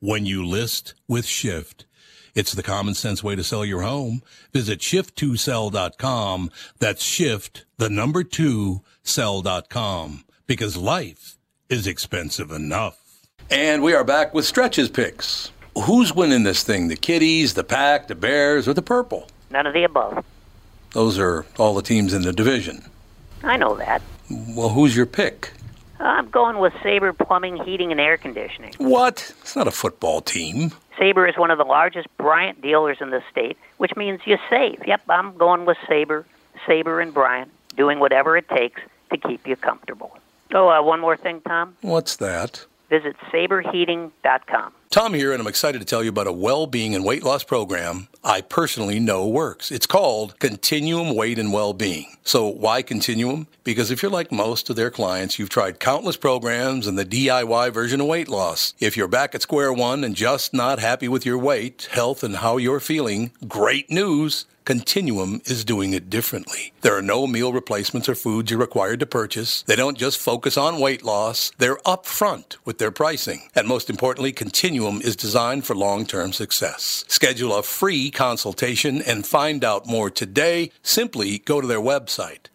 when you list with Shift. It's the common sense way to sell your home. Visit shift2sell.com. That's shift, the number two, sell.com. Because life is expensive enough. And we are back with Stretch's picks. who's winning this thing? The Kitties, the Pack, the Bears, or the Purple? None of the above. Those are all the teams in the division. I know that. Well, who's your pick? I'm going with Sabre Plumbing, Heating, and Air Conditioning. What? It's not a football team. Sabre is one of the largest Bryant dealers in the state, which means you save. Yep, I'm going with Sabre, Sabre and Bryant, doing whatever it takes to keep you comfortable. Oh, uh, one more thing, Tom. What's that? Visit saberheating.com. Tom here, and I'm excited to tell you about a well being and weight loss program I personally know works. It's called Continuum Weight and Well Being. So, why Continuum? Because if you're like most of their clients, you've tried countless programs and the DIY version of weight loss. If you're back at square one and just not happy with your weight, health, and how you're feeling, great news! Continuum is doing it differently. There are no meal replacements or foods you're required to purchase. They don't just focus on weight loss, they're upfront with their pricing. And most importantly, Continuum is designed for long term success. Schedule a free consultation and find out more today. Simply go to their website.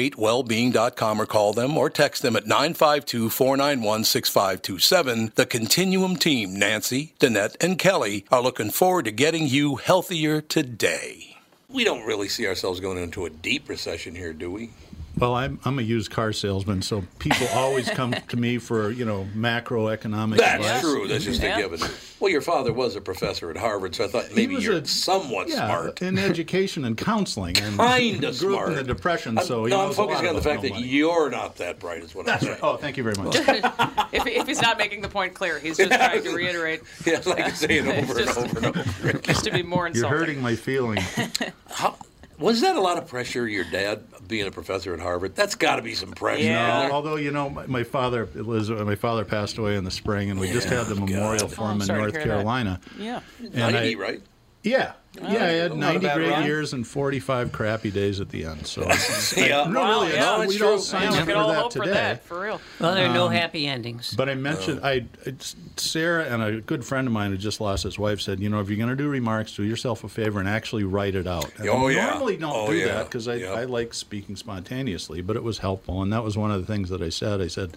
ContinuumWeightWellbeing.com or call them or text them at 952 491 6527. The Continuum team, Nancy, Danette, and Kelly, are looking forward to getting you healthier today. We don't really see ourselves going into a deep recession here, do we? Well, I'm, I'm a used car salesman, so people always come to me for you know macroeconomic. That's advice. true. That's just a given. Well, your father was a professor at Harvard, so I thought maybe was you're a- somewhat yeah, smart. in education and counseling. And Kind of grew up smart. in the depression, I'm, so he no, I'm knows a lot focusing on the about fact no that money. you're not that bright. Is what I'm saying. Oh, thank you very much. if, if he's not making the point clear, he's just trying to reiterate. Yeah, I'd like to say it It's over and just- over and over. again. Just to be more You're insulting. hurting my feelings. How, was that a lot of pressure? Your dad being a professor at Harvard. That's got to be some pressure. No, although you know, my, my father Liz, uh, my father passed away in the spring, and we just Yeah, had the Oh, memorial God. for him in North Carolina. Yeah. And Ninety, I- right? Yeah, yeah, I had Not a 90 bad great run. years and 45 crappy days at the end. So, Yeah. No, Wow, really, yeah, no, that's we true. don't sign You up for could all that hope for today. that, for real. Well, there are no Um, happy endings. But I mentioned Oh. I it's- Sarah and a good friend of mine who just lost his wife said, you know, if you're going to do remarks, do yourself a favor and actually write it out. And Oh, I yeah. normally don't Oh, do yeah. that because I, I like speaking spontaneously, but it was helpful, and that was one of the things that I said. I said,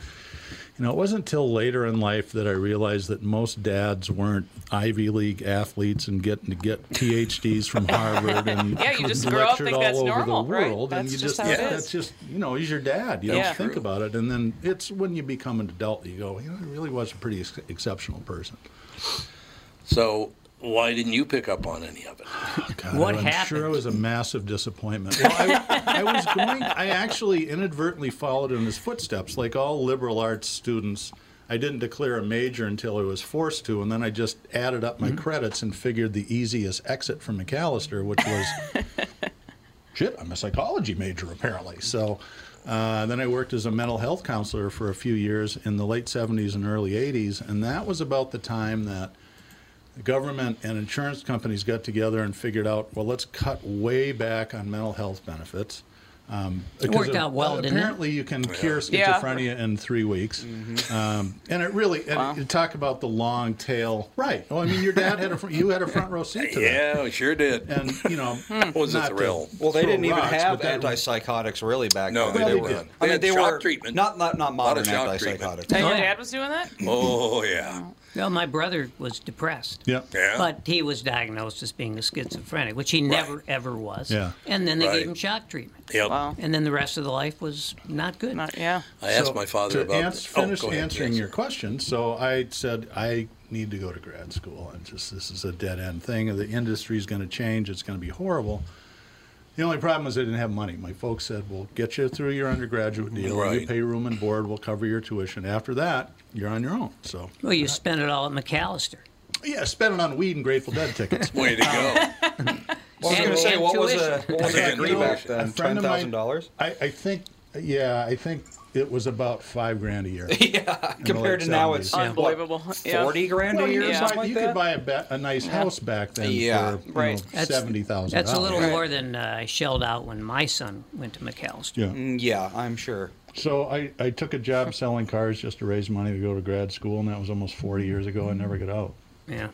you know, it wasn't till later in life that I realized that most dads weren't Ivy League athletes and getting to get PhDs from Harvard and Yeah, you just lectured grow up think all that's over normal, the right? world, and That's you just just, how it is. that's just you know he's your dad. You Yeah. don't think about it, and then it's when you become an adult that you go, you know, I really was a pretty ex- exceptional person. So why didn't you pick up on any of it? God, I'm sure it was a massive disappointment. Well, I, I was going. I actually inadvertently followed in his footsteps, like all liberal arts students. I didn't declare a major until I was forced to, and then I just added up my credits and figured the easiest exit from McAllister, which was, shit, I'm a psychology major apparently. So. Uh, then I worked as a mental health counselor for a few years in the late 70s and early 80s, and that was about the time that the government and insurance companies got together and figured out, well, let's cut way back on mental health benefits. Um, It because worked out well, didn't it? Apparently, you can cure Yeah. schizophrenia in three weeks, um, and it really and you talk about the long tail. Right. Oh, I mean, your dad had a fr- you had a front row seat to that. Yeah, I sure did. And you know, was a not to thrill. Well, they throw didn't even rocks, have but that- antipsychotics really back No, then. they They didn't. were- They I mean, had they shock were treatment. not not not Lot of modern shock treatment. antipsychotics. And your dad was doing that? Oh yeah. Well, my brother was depressed. Yeah. Yeah. But he was diagnosed as being a schizophrenic, which he never ever was. Yeah. And then they Right. gave him shock treatment. Yep. Wow. And then the rest of the life was not good. yeah. I asked So, my father to about. ans- oh, finish go ahead, answering yes. your question. So I said I need to go to grad school, and just this is a dead end thing. The industry is going to change. It's going to be horrible. The only problem is I didn't have money. My folks said, "We'll get you through your undergraduate deal. You Right. pay room and board. We'll cover your tuition. After that, you're on your own." So Well, you spent it all at McAllister. yeah, spend it on weed and Grateful Dead tickets. Way to go. Well, I was And- going to say, and what was a tuition. what was And a degree back tuition. A then? friend Ten of mine- thousand dollars I, I think, yeah, I think it was about five grand a year. yeah, compared to now, it's Unbelievable. What, Yeah. Forty grand Well, a you year, could or something buy- like you that. could buy a, ba- a nice house back then Yeah. for Right. That's- seventy thousand. That's a little more than uh, I shelled out when my son went to McAllister. Yeah. Mm, yeah, I'm sure. So I, I took a job selling cars just to raise money to go to grad school, and that was almost forty years ago. I never got out. Yeah.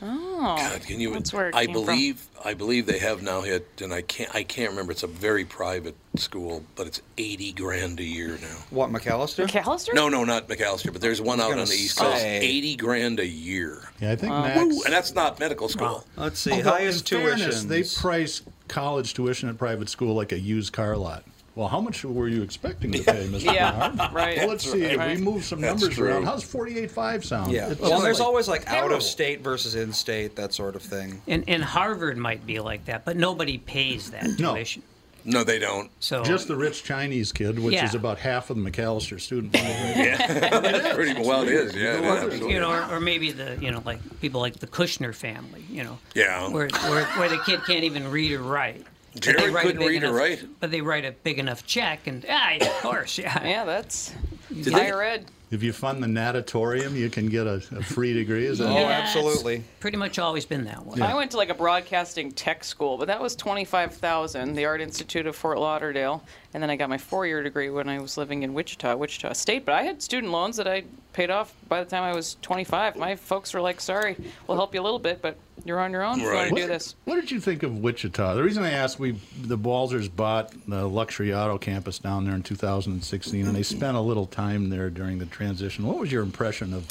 Oh, God, can you? That's where it I came from. believe I believe they have now hit, and I can't I can't remember. It's a very private school, but it's eighty grand a year now. What, McAllister? McAllister? No, no, not McAllister, but there's one I was out on gonna the East Coast. say. Eighty grand a year. Yeah, I think Woo! Max- and that's not medical school. Let's Although, in fairness, they price college tuition at private school like a used car lot. Well, how much were you expecting to pay, Mr. Yeah, Bernard? right. Well, let's That's see. right. If we move some That's numbers around, true. how's 48.5 sound? Yeah. It's Well, just there's like always like out terrible. of state versus in state, that sort of thing. And, and Harvard might be like that, but nobody pays that tuition. No, they don't. So just the rich Chinese kid, which Yeah. is about half of the McAllister student. yeah, pretty well it is. Yeah, it is, Or, absolutely. you know, or, or maybe the you know like people like the Kushner family, you know, Yeah. where, where where the kid can't even read or write. But they Jared write a couldn't big read or enough- write. but they write a big enough check, and ah, yeah, of course, yeah, yeah, that's Did they- higher ed. If you fund the natatorium, you can get a, a free degree. Is that Oh, Yeah, it's- absolutely. Pretty much always been that way. I went to like a broadcasting tech school, but that was twenty five thousand, the Art Institute of Fort Lauderdale, and then I got my four year degree when I was living in Wichita, Wichita State. But I had student loans that I paid off by the time I was twenty five. My folks were like, "Sorry, we'll help you a little bit, but you're on your own if you want to What, do this." what did you think of Wichita? The reason I asked, we the Balzers bought the luxury auto campus down there in 2016, and they spent a little time there during the transition. What was your impression of?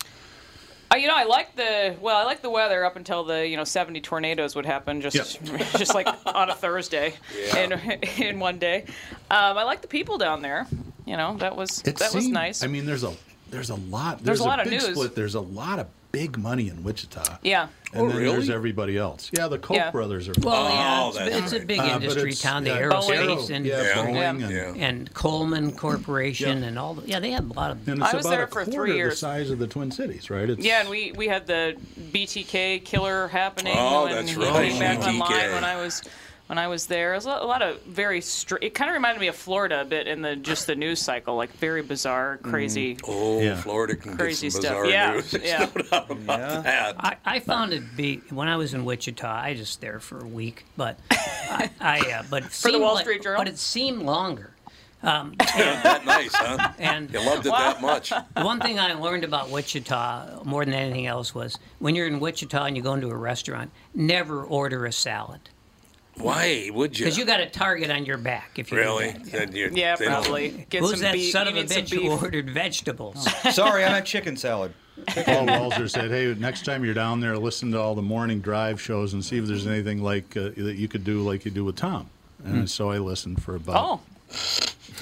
Uh, you know, I like the well, I like the weather up until the you know seventy tornadoes would happen just just like on a Thursday in in one day. Um, I like the people down there. You know, that was It that was seemed- nice. I mean, there's a there's a lot. There's a lot of big news. Split. There's a lot of big money in Wichita. yeah. And then there's everybody else. Yeah, the Koch Yeah. brothers are. Oh, Well, yeah, it's, it's a big Uh, but industry it's- town. The yeah, aerospace Boeing. and, Yeah, Boeing and, and- Coleman Corporation and all. The, yeah, they have a lot of. And it's I was about there a for three quarter the years. size of the Twin Cities, right? It's, Yeah, and we, we had the BTK killer happening. Oh, when that's he right, Came back BTK. online when I was when I was there. It was a lot, a lot of very str It kind of reminded me of Florida a bit in the just the news cycle, like very bizarre, crazy. Oh, Florida can Crazy get some stuff. bizarre Yeah, news. There's yeah. no doubt about that. I, I found it be when I was in Wichita. I just there for a week, but I, I uh, but For the seemed Wall like- Street Journal? But it seemed longer. Um, that nice, huh? And you loved it that much. The one thing I learned about Wichita more than anything else was when you're in Wichita and you go into a restaurant, never order a salad. Why would you? Because you got a target on your back if you do really? that. Then you- Yeah, they don't- probably. Get Who's some that beef. son you of a need some bitch who beef. ordered vegetables? Sorry, I meant chicken salad. Paul Walzer said, "Hey, next time you're down there, listen to all the morning drive shows and see if there's anything like uh, that you could do, like you do with Tom." Hmm. And so I listened for about. Oh,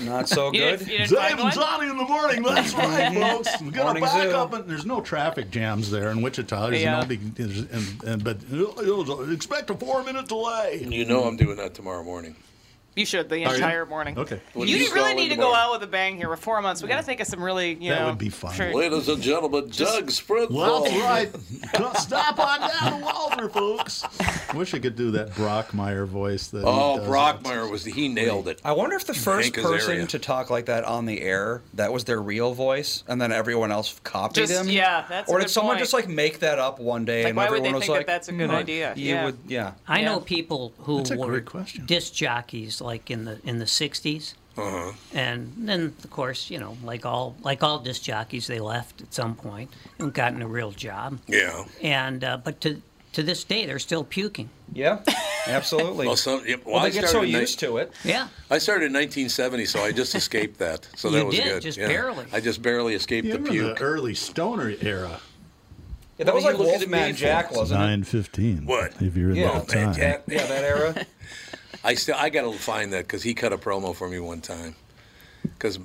Not You so good. didn't- you didn't Zach find and one? Johnny in the morning. That's right, folks. I'm gonna Morning back zoo. up, and there's no traffic jams there in Wichita. There's Yeah. no big, there's, and, and, but you'll- you'll expect a four-minute delay. You know I'm doing that tomorrow morning. you should the Are you? entire morning. Okay. Well, you you really go need in to go tomorrow. out with a bang here. We're four months. We got to think of some really you know. sure. Ladies and gentlemen, Doug Sprint. Well, that's right. Stop on down to Walzer, folks. I wish I could do that Brockmeyer voice. That he Oh, does. Brockmeyer was he nailed it. I wonder if the first Hank person Azaria. to talk like that on the air, that was their real voice, and then everyone else copied Just- him. yeah, that's a Or good did someone point. just like make that up one day Like, and why would everyone they was think that like, that's a good "Hmm, idea?" You Yeah. would, yeah. I know Yeah. people who That's a were great disc jockeys like in the in the 60s Uh-huh. and then of course you know like all like all disc jockeys they left at some point and gotten a real job. Yeah. And uh, but to to this day they're still puking. Yeah, absolutely. Well, some, yeah, well, Well, I they get so started in used nine- to it. Yeah. I started in 1970, so I just escaped that. So You that was did, good. just yeah. barely. I just barely escaped You the remember puke. the early stoner era. Yeah, that What was are like you looking at me Wolfman for? Jack, wasn't it? Nine fifteen. What? If you're in Yeah. Oh, that time. Yeah, yeah, that era. I still I gotta find that because he cut a promo for me one time. Because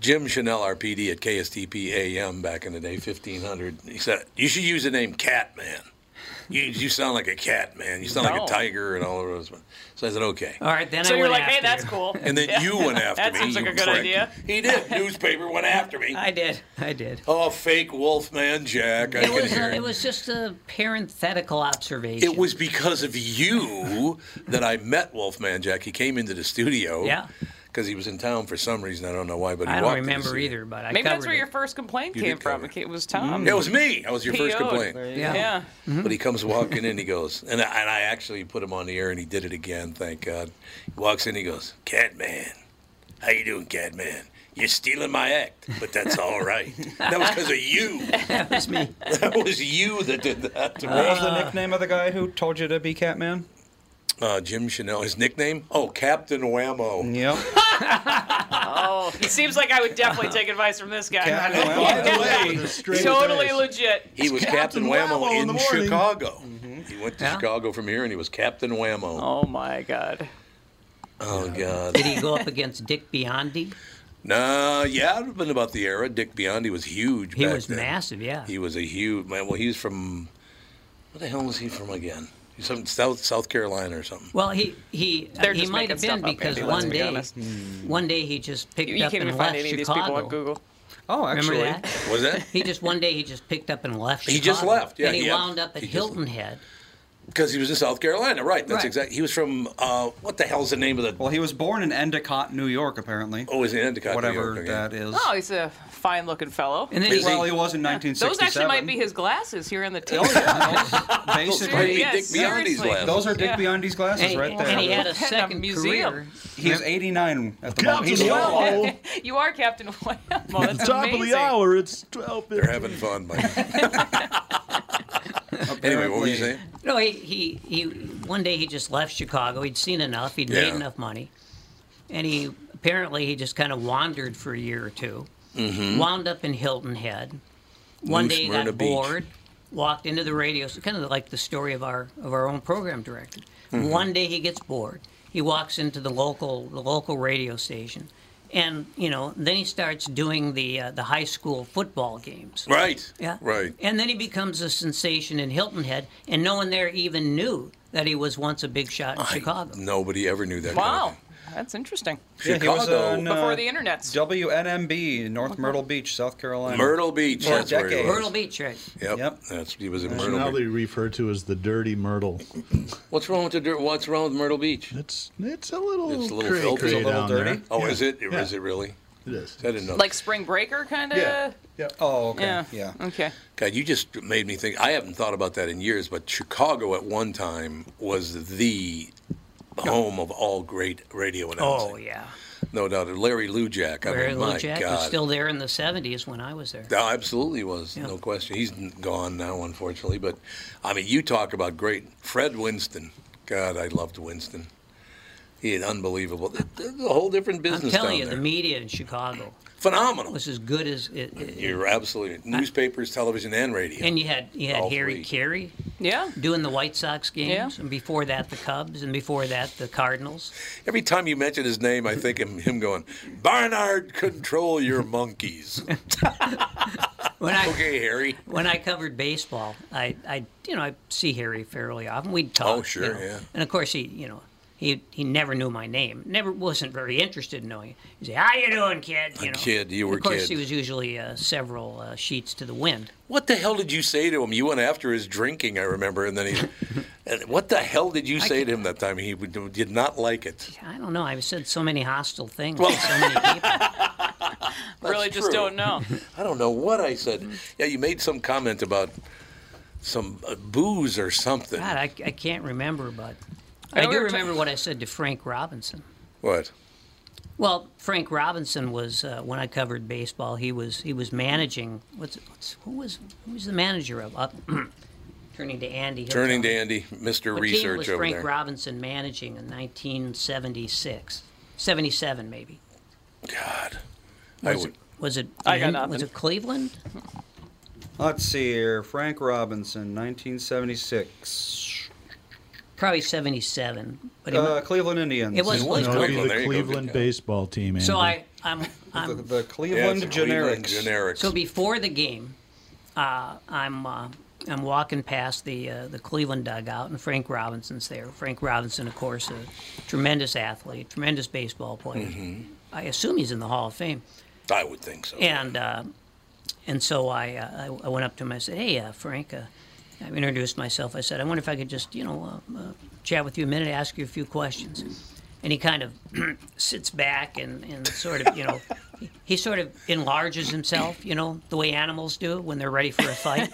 Jim Chanel, our PD at KSTP AM back in the day, 1500, he said you should use the name Catman. You, you sound like a cat, man. You sound like No. a tiger and all of those. So I said okay. All right, then so I you're went like, after hey, that's you. cool. And then Yeah. you went after that me, seems like you a good prick. idea. He did. Newspaper went after me. I did. I did. Oh, fake Wolfman Jack. I It can was hear a, it was just a parenthetical observation. It was because of you that I met Wolfman Jack. He came into the studio. Yeah. Because he was in town for some reason. I don't know why, but he I walked don't in the remember studio. either, but I Maybe that's covered where it. your first complaint You came did from. It was Tom. It Mm-hmm. was me. I was your first PO'd. complaint. Yeah. yeah. Mm-hmm. But he comes walking in, he goes, and I, and I actually put him on the air, and he did it again. Thank God. He walks in, he goes, "Catman, how you doing, Catman? You're stealing my act, but that's all right. That was because of you. That was me. Uh, That was you that did that to me. What was uh, the nickname of the guy who told you to be Catman? Uh, Jim Chanel. His nickname? Oh, Captain Whammo. Yep. Oh, it seems like I would definitely take advice from this guy. Captain Whammo with a straight totally face. legit. He was Captain, Whammo, in, Chicago. He went to Yeah. Chicago from here, and he was Captain Whammo. Oh my God. Oh God. Did he go up against Dick Biondi? Nah, yeah, it have been about the era. Dick Biondi was huge. He back was then. massive, yeah. He was a huge man. Well, he's from. Where the hell was he from again? He's from South South Carolina or something. Well, he he uh, They're he just might making have been stuff up, because Andy, let's one be day honest. one day he just picked You- you up can't and even find left any of these Chicago. people on Google. Oh, Remember actually. that? Was it? He just one day he just picked up and left. He just Chicago. left, yeah, And he, he had- wound up at he just- Hilton Head. Because he was in South Carolina, right? That's Right. exact. He was from uh, what the hell's the name of the? Well, he was born in Endicott, New York, apparently. Oh, is it Endicott, New Whatever York, okay. that is. Oh, he's a fine-looking fellow. And then he- Well, he was in 1967. Those actually might be his glasses here in the tail. Basically, Yes, Dick Biondi's seriously. glasses. Those are Dick Yeah. Biondi's glasses And- right there. and he had a What kind of second museum? career. He's 89 at the moment. Captain He's old. you are Captain Whammo. That's Top amazing. of the hour, it's 12 They're having fun, Mike. anyway, what were you saying? No, he, he he one day he just left Chicago. He'd seen enough. He'd made Yeah. enough money, and he apparently he just kind of wandered for a year or 2 Mhm. Wound up in Hilton Head. One New day he Smyrna got Beach. bored. Walked into the radio. So kind of like the story of our of our own program director. Mhm. One day he gets bored. He walks into the local the local radio station, and you know then he starts doing the uh, the high school football games. Right. Yeah. Right. And then he becomes a sensation in Hilton Head, and no one there even knew that he was once a big shot in Chicago. Nobody ever knew that. Wow, that's interesting. Yeah, he was Chicago. on, uh, Before the internet's. WNMB, North Myrtle Beach, South Carolina. Myrtle Beach, For a that's where he decade. was. Myrtle Beach, right. Yep. That's he was in Myrtle. Beach. Nationally referred to as the Dirty Myrtle. What's wrong with the dirt? What's wrong with Myrtle Beach? It's it's a little it's a little cray filthy, cray down there. Oh, Yeah. is it? Or Yeah. Is it really? It is. I didn't know. Like spring breaker, kind of. Yeah. Oh, okay. Yeah. Okay. God, you just made me think. I haven't thought about that in years, but Chicago at one time was the home of all great radio announcing. Oh yeah, No doubt. Larry Lujak. I Barry mean, my Jack God. was still there in the '70s when I was there. No, absolutely was no question. He's n- gone now, unfortunately. But I mean, you talk about great Fred Winston. God, I loved Winston. He had unbelievable. th- th- A whole different business. I'm telling down you, there. the media in Chicago phenomenal. was as good as it. it- You're absolutely newspapers, television, and radio. and you had you had All Harry three. Carey. Yeah. Doing the White Sox games, and before that the Cubs, and before that the Cardinals. Every time you mention his name, I think him, him going, Barnard, control your monkeys. When I okay, Harry. when I covered baseball, I, I you know I see Harry fairly often. We'd talk. Oh, you sure, know. yeah. And of course he you know he he never knew my name. Never wasn't very interested in knowing. He'd say, "How you doing, kid?" You A know. kid, you were Of course kid. he was usually uh, several uh, sheets to the wind. What the hell did you say to him? You went after his drinking, I remember, and then he. and what the hell did you say to him that time? He would- did not like it. I don't know. I've said so many hostile things. Well- to so many people. really, just true. don't know. I don't know what I said. Mm-hmm. Yeah, you made some comment about some uh, booze or something. God, I, I can't remember, but I I, know we do were ta- remember what I said to Frank Robinson. What? Well, Frank Robinson was uh, when I covered baseball. He was he was managing. What's, what's who was who was the manager of? Up, turning to Andy. he'll Turning tell to me. Andy, Mr. What team Research was over Frank there. Robinson managing in 1976, 77 maybe? God, I was would- it was it, I got was nothing. it Cleveland? Let's see here. Frank Robinson, 1976. Probably 77. But he Uh, went- Cleveland Indians. It was No, it'd be Cleveland. the Cleveland baseball team. Andy. So I I'm, I'm The, the Cleveland it's Cleveland Generics. Generics. So before the game, uh, I'm uh, I'm walking past the uh, the Cleveland dugout, and Frank Robinson's there. Frank Robinson, of course, a tremendous athlete, tremendous baseball player. Mm-hmm. I assume he's in the Hall of Fame. I would think so. And uh, and so I, uh, I I went up to him. I said, "Hey, uh, Frank." Uh, I introduced myself. I said, "I wonder if I could just you know uh, uh, chat with you a minute, ask you a few questions." And he kind of sits back and, and sort of you know he, he sort of enlarges himself, you know, the way animals do when they're ready for a fight.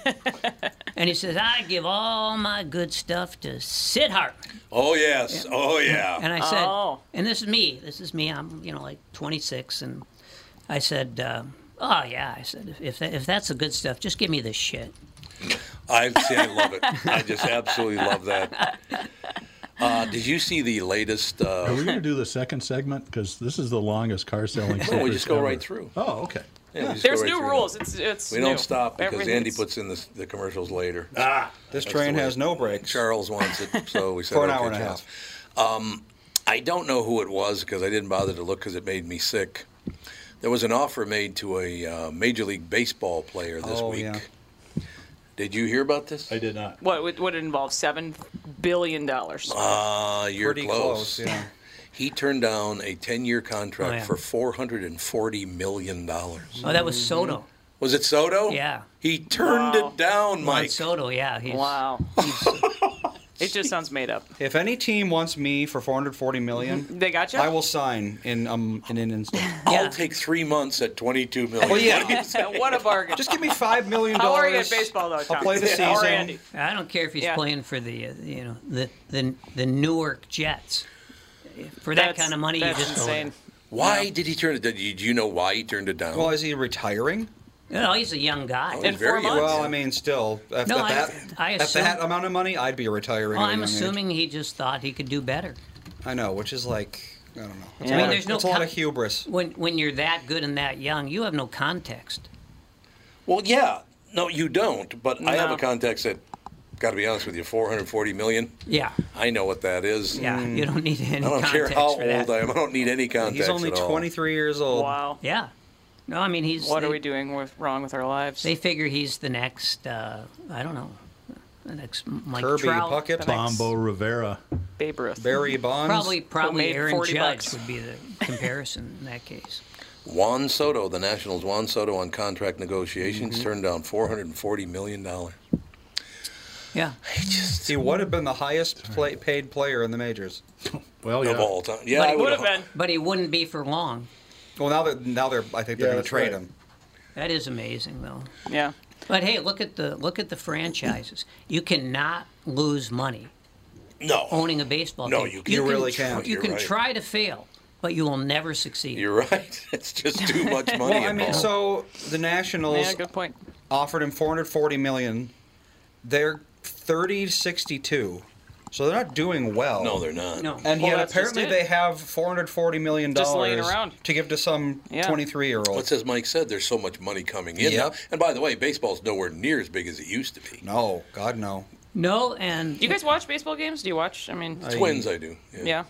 and he says, "I give all my good stuff to Sid Hartman." Oh yes. Oh yeah. And I said, and this is me. This is me. I'm, you know, like 26, and I said, uh, "Oh yeah," I said, "if- "if that, if that's the good stuff, just give me the shit." I see. I love it. I just absolutely love that. Uh, did you see the latest? Uh, Are Oh, we going to do the second segment? Because this is the longest car selling. No, we secret just go ever. right through. Oh, okay. Yeah, we just go There's right new through. rules. It's it's. We new. don't stop because Andy Everything's- puts in the, the commercials later. Ah, this train has no brakes. Charles wants it, so we said For an okay, hour and a Charles. Um, I don't know who it was because I didn't bother to look because it made me sick. There was an offer made to a uh, Major League Baseball player this Oh, week. yeah. Did you hear about this? I did not. What would what it involves? Seven billion dollars. Ah, you're Pretty close. close, yeah. He turned down a 10-year contract Oh, yeah. for 440 million dollars. Oh, that was Soto. Was it Soto? Yeah. He turned it down, Juan Mike. Soto, yeah. He's, wow. it just sounds made up. If any team wants me for 440 million, They got you? I will sign in um in an instant. I'll take three months at 22 million. Well, yeah. what a bargain. Just give me five million How are you at baseball though, Tom? How are Andy? I don't care if he's Yeah. playing for the uh, you know the the the Newark Jets. For that That's- kind of money, you that's just insane. Why did he turn it down? Do you do you know why he turned it down? Well, is he retiring? No, he's a young Oh, guy. Well, I mean, still, at, No, at I- that, I at assume- that amount of money, I'd be retiring. Well, at a I'm young age. assuming he just thought he could do better. I know, which is like, I don't know. It's I a mean, lot, there's of, no it's a lot con- of hubris. When when you're that good and that young, you have no context. Well, yeah. No, you don't. But I have No. a context that, got to be honest with you, 440 million. Yeah. I know what that is. Yeah, Hmm. Mm. you don't need any I don't care context how for old that. I am. I don't need any context. He's only at all. 23 years old. Wow. Yeah. No, I mean he's. What are we they- doing with, wrong with our lives? They figure he's the next. Uh, I don't know. The next Mike Kirby, Trout. Puckett, the next- Bombo Rivera. Babe Ruth. Barry Bonds. Probably, probably made Aaron 40 Judge bucks. would be the comparison in that case. Juan Soto, the Nationals' Juan Soto on contract Mm-hmm. negotiations turned down 440 million dollars. Yeah. He would have been the highest play, paid player in the majors. Well, yeah. Of all time. Yeah, But I he would would've- have But he wouldn't be for long. Well, now they're, now they're I think they're Yeah, going that's to trade right. him. That is amazing, though. Yeah. But hey, look at the look at the franchises. You cannot lose money. No. Owning a baseball No, team. you can't. You really tr- can't. You You're can right. try to fail, but you will never succeed. You're right. It's just too much money. well, I mean, involved. so the Nationals Yeah, good point. offered him 440 million. They're 30 62. So they're not doing well. No, they're not. No. And Well, yet that's just apparently it. they have 440 million Just laying dollars around. to give to some Yeah. 23 year old. But as Mike said, there's so much money coming in. Yeah. now. And by the way, baseball's nowhere near as big as it used to be. No, God no. No, and Do you guys watch baseball games? Do you watch? I mean, Twins, I do. Yeah.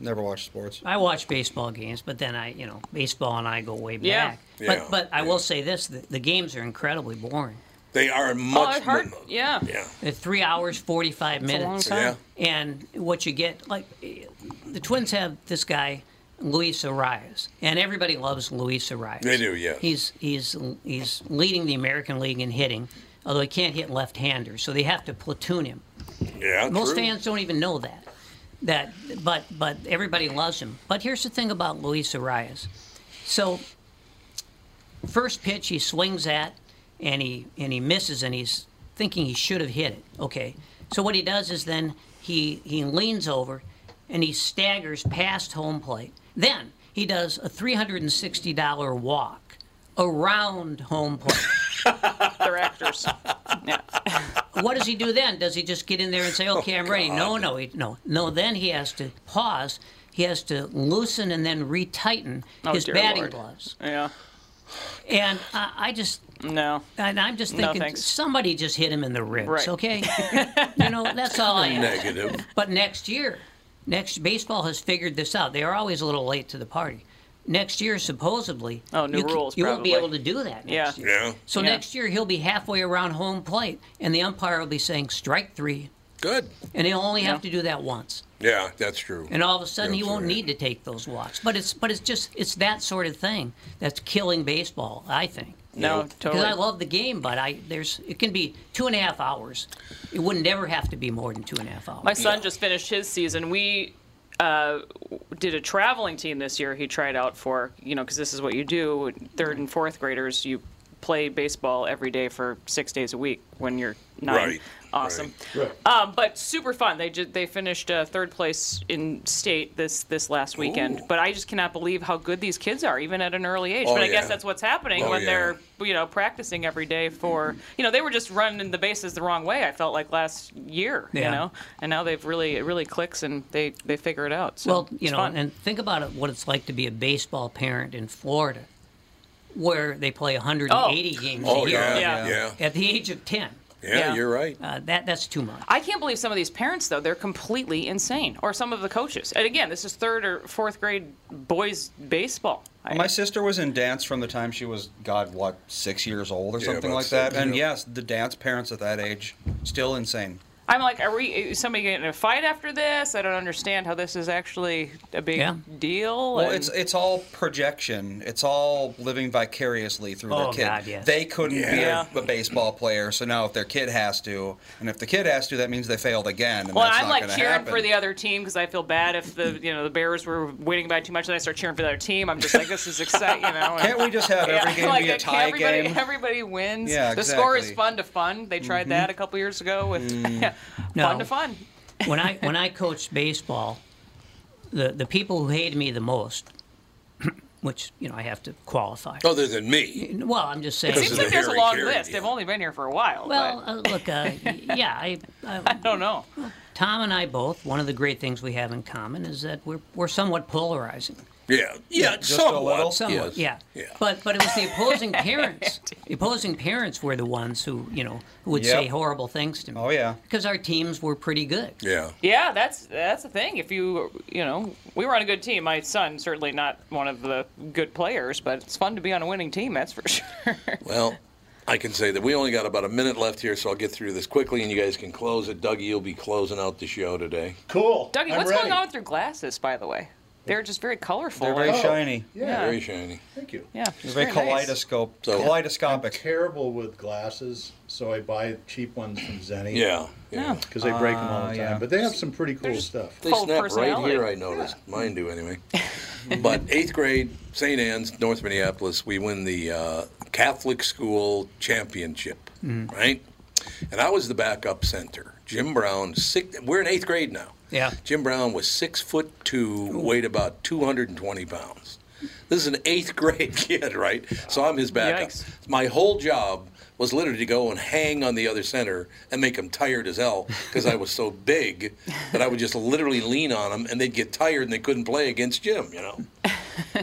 Never watched sports. I watch baseball games, but then I, you know, baseball and I go way Yeah. back. Yeah, But but I will say this: the, the games are incredibly boring. They are much. it's hard. more- Yeah. Yeah. They're three hours forty five It's a long minutes. time. And what you get, like eh, the Twins have this guy Luis Arias, and everybody loves Luis Arias. They do, yes. He's he's he's leading the American League in hitting, although he can't hit left handers, so they have to platoon him. Yeah, Most true. fans don't even know that. That, but but everybody loves him. But here's the thing about Luis Arias. So, first pitch he swings at, and he and he misses, and he's thinking he should have hit it. Okay. So what he does is then he he leans over, and he staggers past home plate. Then he does a $360 walk around home plate. They're actors. what does he do then? Does he just get in there and say, "Okay, Oh, I'm ready"? No, no, he, no, no. Then he has to pause. He has to loosen and then retighten Oh, his dear batting Lord. gloves. Yeah. And I, I just no. And I'm just No, thinking, thanks. somebody just hit him in the ribs. Right. Okay, you know that's all I ask. Negative. But next year, next baseball has figured this out. They are always a little late to the party. Next year, supposedly, Oh, new you, ca- rules, You won't be probably. able to do that. Yeah. next year. Yeah. So Yeah. next year he'll be halfway around home plate, and the umpire will be saying strike three, Good. and he'll only have to do that once. Yeah, that's true. And all of a sudden he That's won't right. need to take those walks. But it's but it's just it's that sort of thing that's killing baseball, I think. No, totally. Because I love the game, but I there's it can be two and a half hours. It wouldn't ever have to be more than two and a half hours. My son just finished his season. We uh, did a traveling team this year. He tried out for you know because this is what you do. Third and fourth graders, you play baseball every day for six days a week when you're nine. Right. awesome. Right. Um, but super fun. They ju- they finished uh, third place in state this this last weekend. But I just cannot believe how good these kids are, even at an early age. Oh, but I yeah. guess that's what's happening Oh, when yeah. they're you know practicing every day for you know they were just running the bases the wrong way. I felt like last year, you Yeah. know, and now they've really it really clicks and they they figure it out. So well, you it's know, fun. and think about it, what it's like to be a baseball parent in Florida, where they play 180 Oh. games Oh, a year yeah, Yeah. yeah. at the age of 10. Yeah, you're right. Uh, that that's too much. I can't believe some of these parents though; they're completely insane, or some of the coaches. And again, this is third or fourth grade boys baseball. Well, my sister was in dance from the time she was, God, what, six years old or Yeah, something about like that. six, And yeah. yes, the dance parents at that age, still insane. I'm like, are we? Is somebody getting in a fight after this? I don't understand how this is actually a big Yeah. deal. Well, Oh, and- it's it's all projection. It's all living vicariously through Oh, their kid. God, yes. They couldn't Yeah. be a, a baseball player, so now if their kid has to, and if the kid has to, that means they failed again. And well, that's I'm not like gonna cheering happen. for the other team because I feel bad if the you know the Bears were winning by too much, and I start cheering for the other team. I'm just like, this is exciting, you know. and- Can't we just have every game like, be a can't tie everybody, game? Everybody wins. Yeah, the score is exactly. fun Mm-hmm. to fun. They tried Mm-hmm. Mhm. that a couple years ago with Mm. No. fun to fun. when I when I coached baseball, the the people who hated me the most, which you know I have to qualify. Other than me. Well, I'm just saying. It seems like there's a long list. They've only been here for a while. Well, but- uh, look, uh, yeah, I, I, don't know. Tom and I both. One of the great things we have in common is that we're we're somewhat polarizing. Yeah, yeah, just a somewhat. little, somewhat, yeah. yeah. But but it was the opposing parents. the opposing parents were the ones who you know who would Yep. say horrible things to me. Oh yeah, because our teams were pretty good. Yeah. Yeah, that's that's the thing. If you you know, we were on a good team. My son certainly not one of the good players, but it's fun to be on a winning team. That's for sure. Well, I can say that we only got about a minute left here, so I'll get through this quickly, and you guys can close it. Dougie, you'll be closing out the show today. Cool. Dougie, I'm what's ready. going on with your glasses, by the way? They're just very colorful. They're Oh, very shiny. Yeah. very shiny. Thank you. Yeah. It's very very nice. kaleidoscope, So- kaleidoscopic. Terrible with glasses, so I buy cheap ones from Zenny. Yeah, yeah. Oh. Because they break them all the Uh, Ah, time. yeah. But they have some pretty cool stuff. They snap right here, I noticed. Mine do anyway. but eighth grade, St. Anne's, North Minneapolis, we win the uh, Catholic School Championship, Mm. right? And I was the backup center. Jim Brown, six, we're in eighth grade now. Yeah. Jim Brown was six foot two, weighed about 220 pounds. This is an eighth grade kid, right? So I'm his backup. My whole job was literally to go and hang on the other center and make him tired as hell because I was so big that I would just literally lean on him and they'd get tired and they couldn't play against Jim, you know?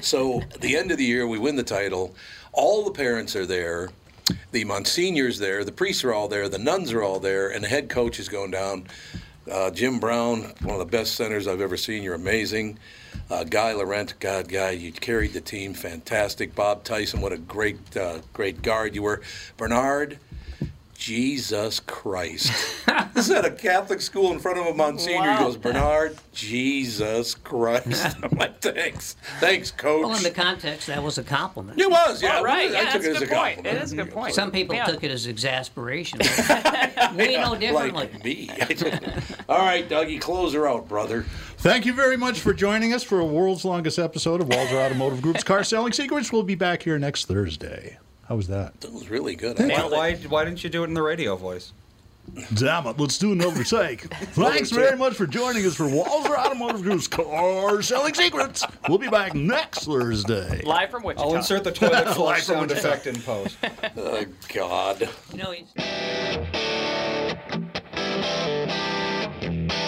So at the end of the year, we win the title. All the parents are there. The Monsignor's there. The priests are all there. The nuns are all there. And the head coach is going down. Uh, Jim Brown, one of the best centers I've ever seen. You're amazing. Uh, Guy Laurent, God, Guy, you carried the team fantastic. Bob Tyson, what a great, uh, great guard you were. Bernard, Jesus Christ. this is at a Catholic school in front of a Monsignor. He Wow. goes, Bernard, Jesus Christ. I'm like, thanks. Thanks, coach. Well, in Oh, the context, that was a compliment. It was, yeah. All right, I yeah, took that's it a as good a point. compliment. It is a good point. Some people took it as exasperation. we know differently. Like me. All right, Dougie, close her out, brother. Thank you very much for joining us for a world's longest episode of Walzer Automotive Group's Car Selling Secrets. We'll be back here next Thursday. How was that? That was really good. Why, why, why didn't you do it in the radio voice? Damn it, let's do another take. Thanks very much for joining us for Walzer Automotive Group's Car Selling Secrets. We'll be back next Thursday. Live from Wichita. I'll insert the toilet flush Live from sound Wichita. effect in post. oh, God. You know, it's-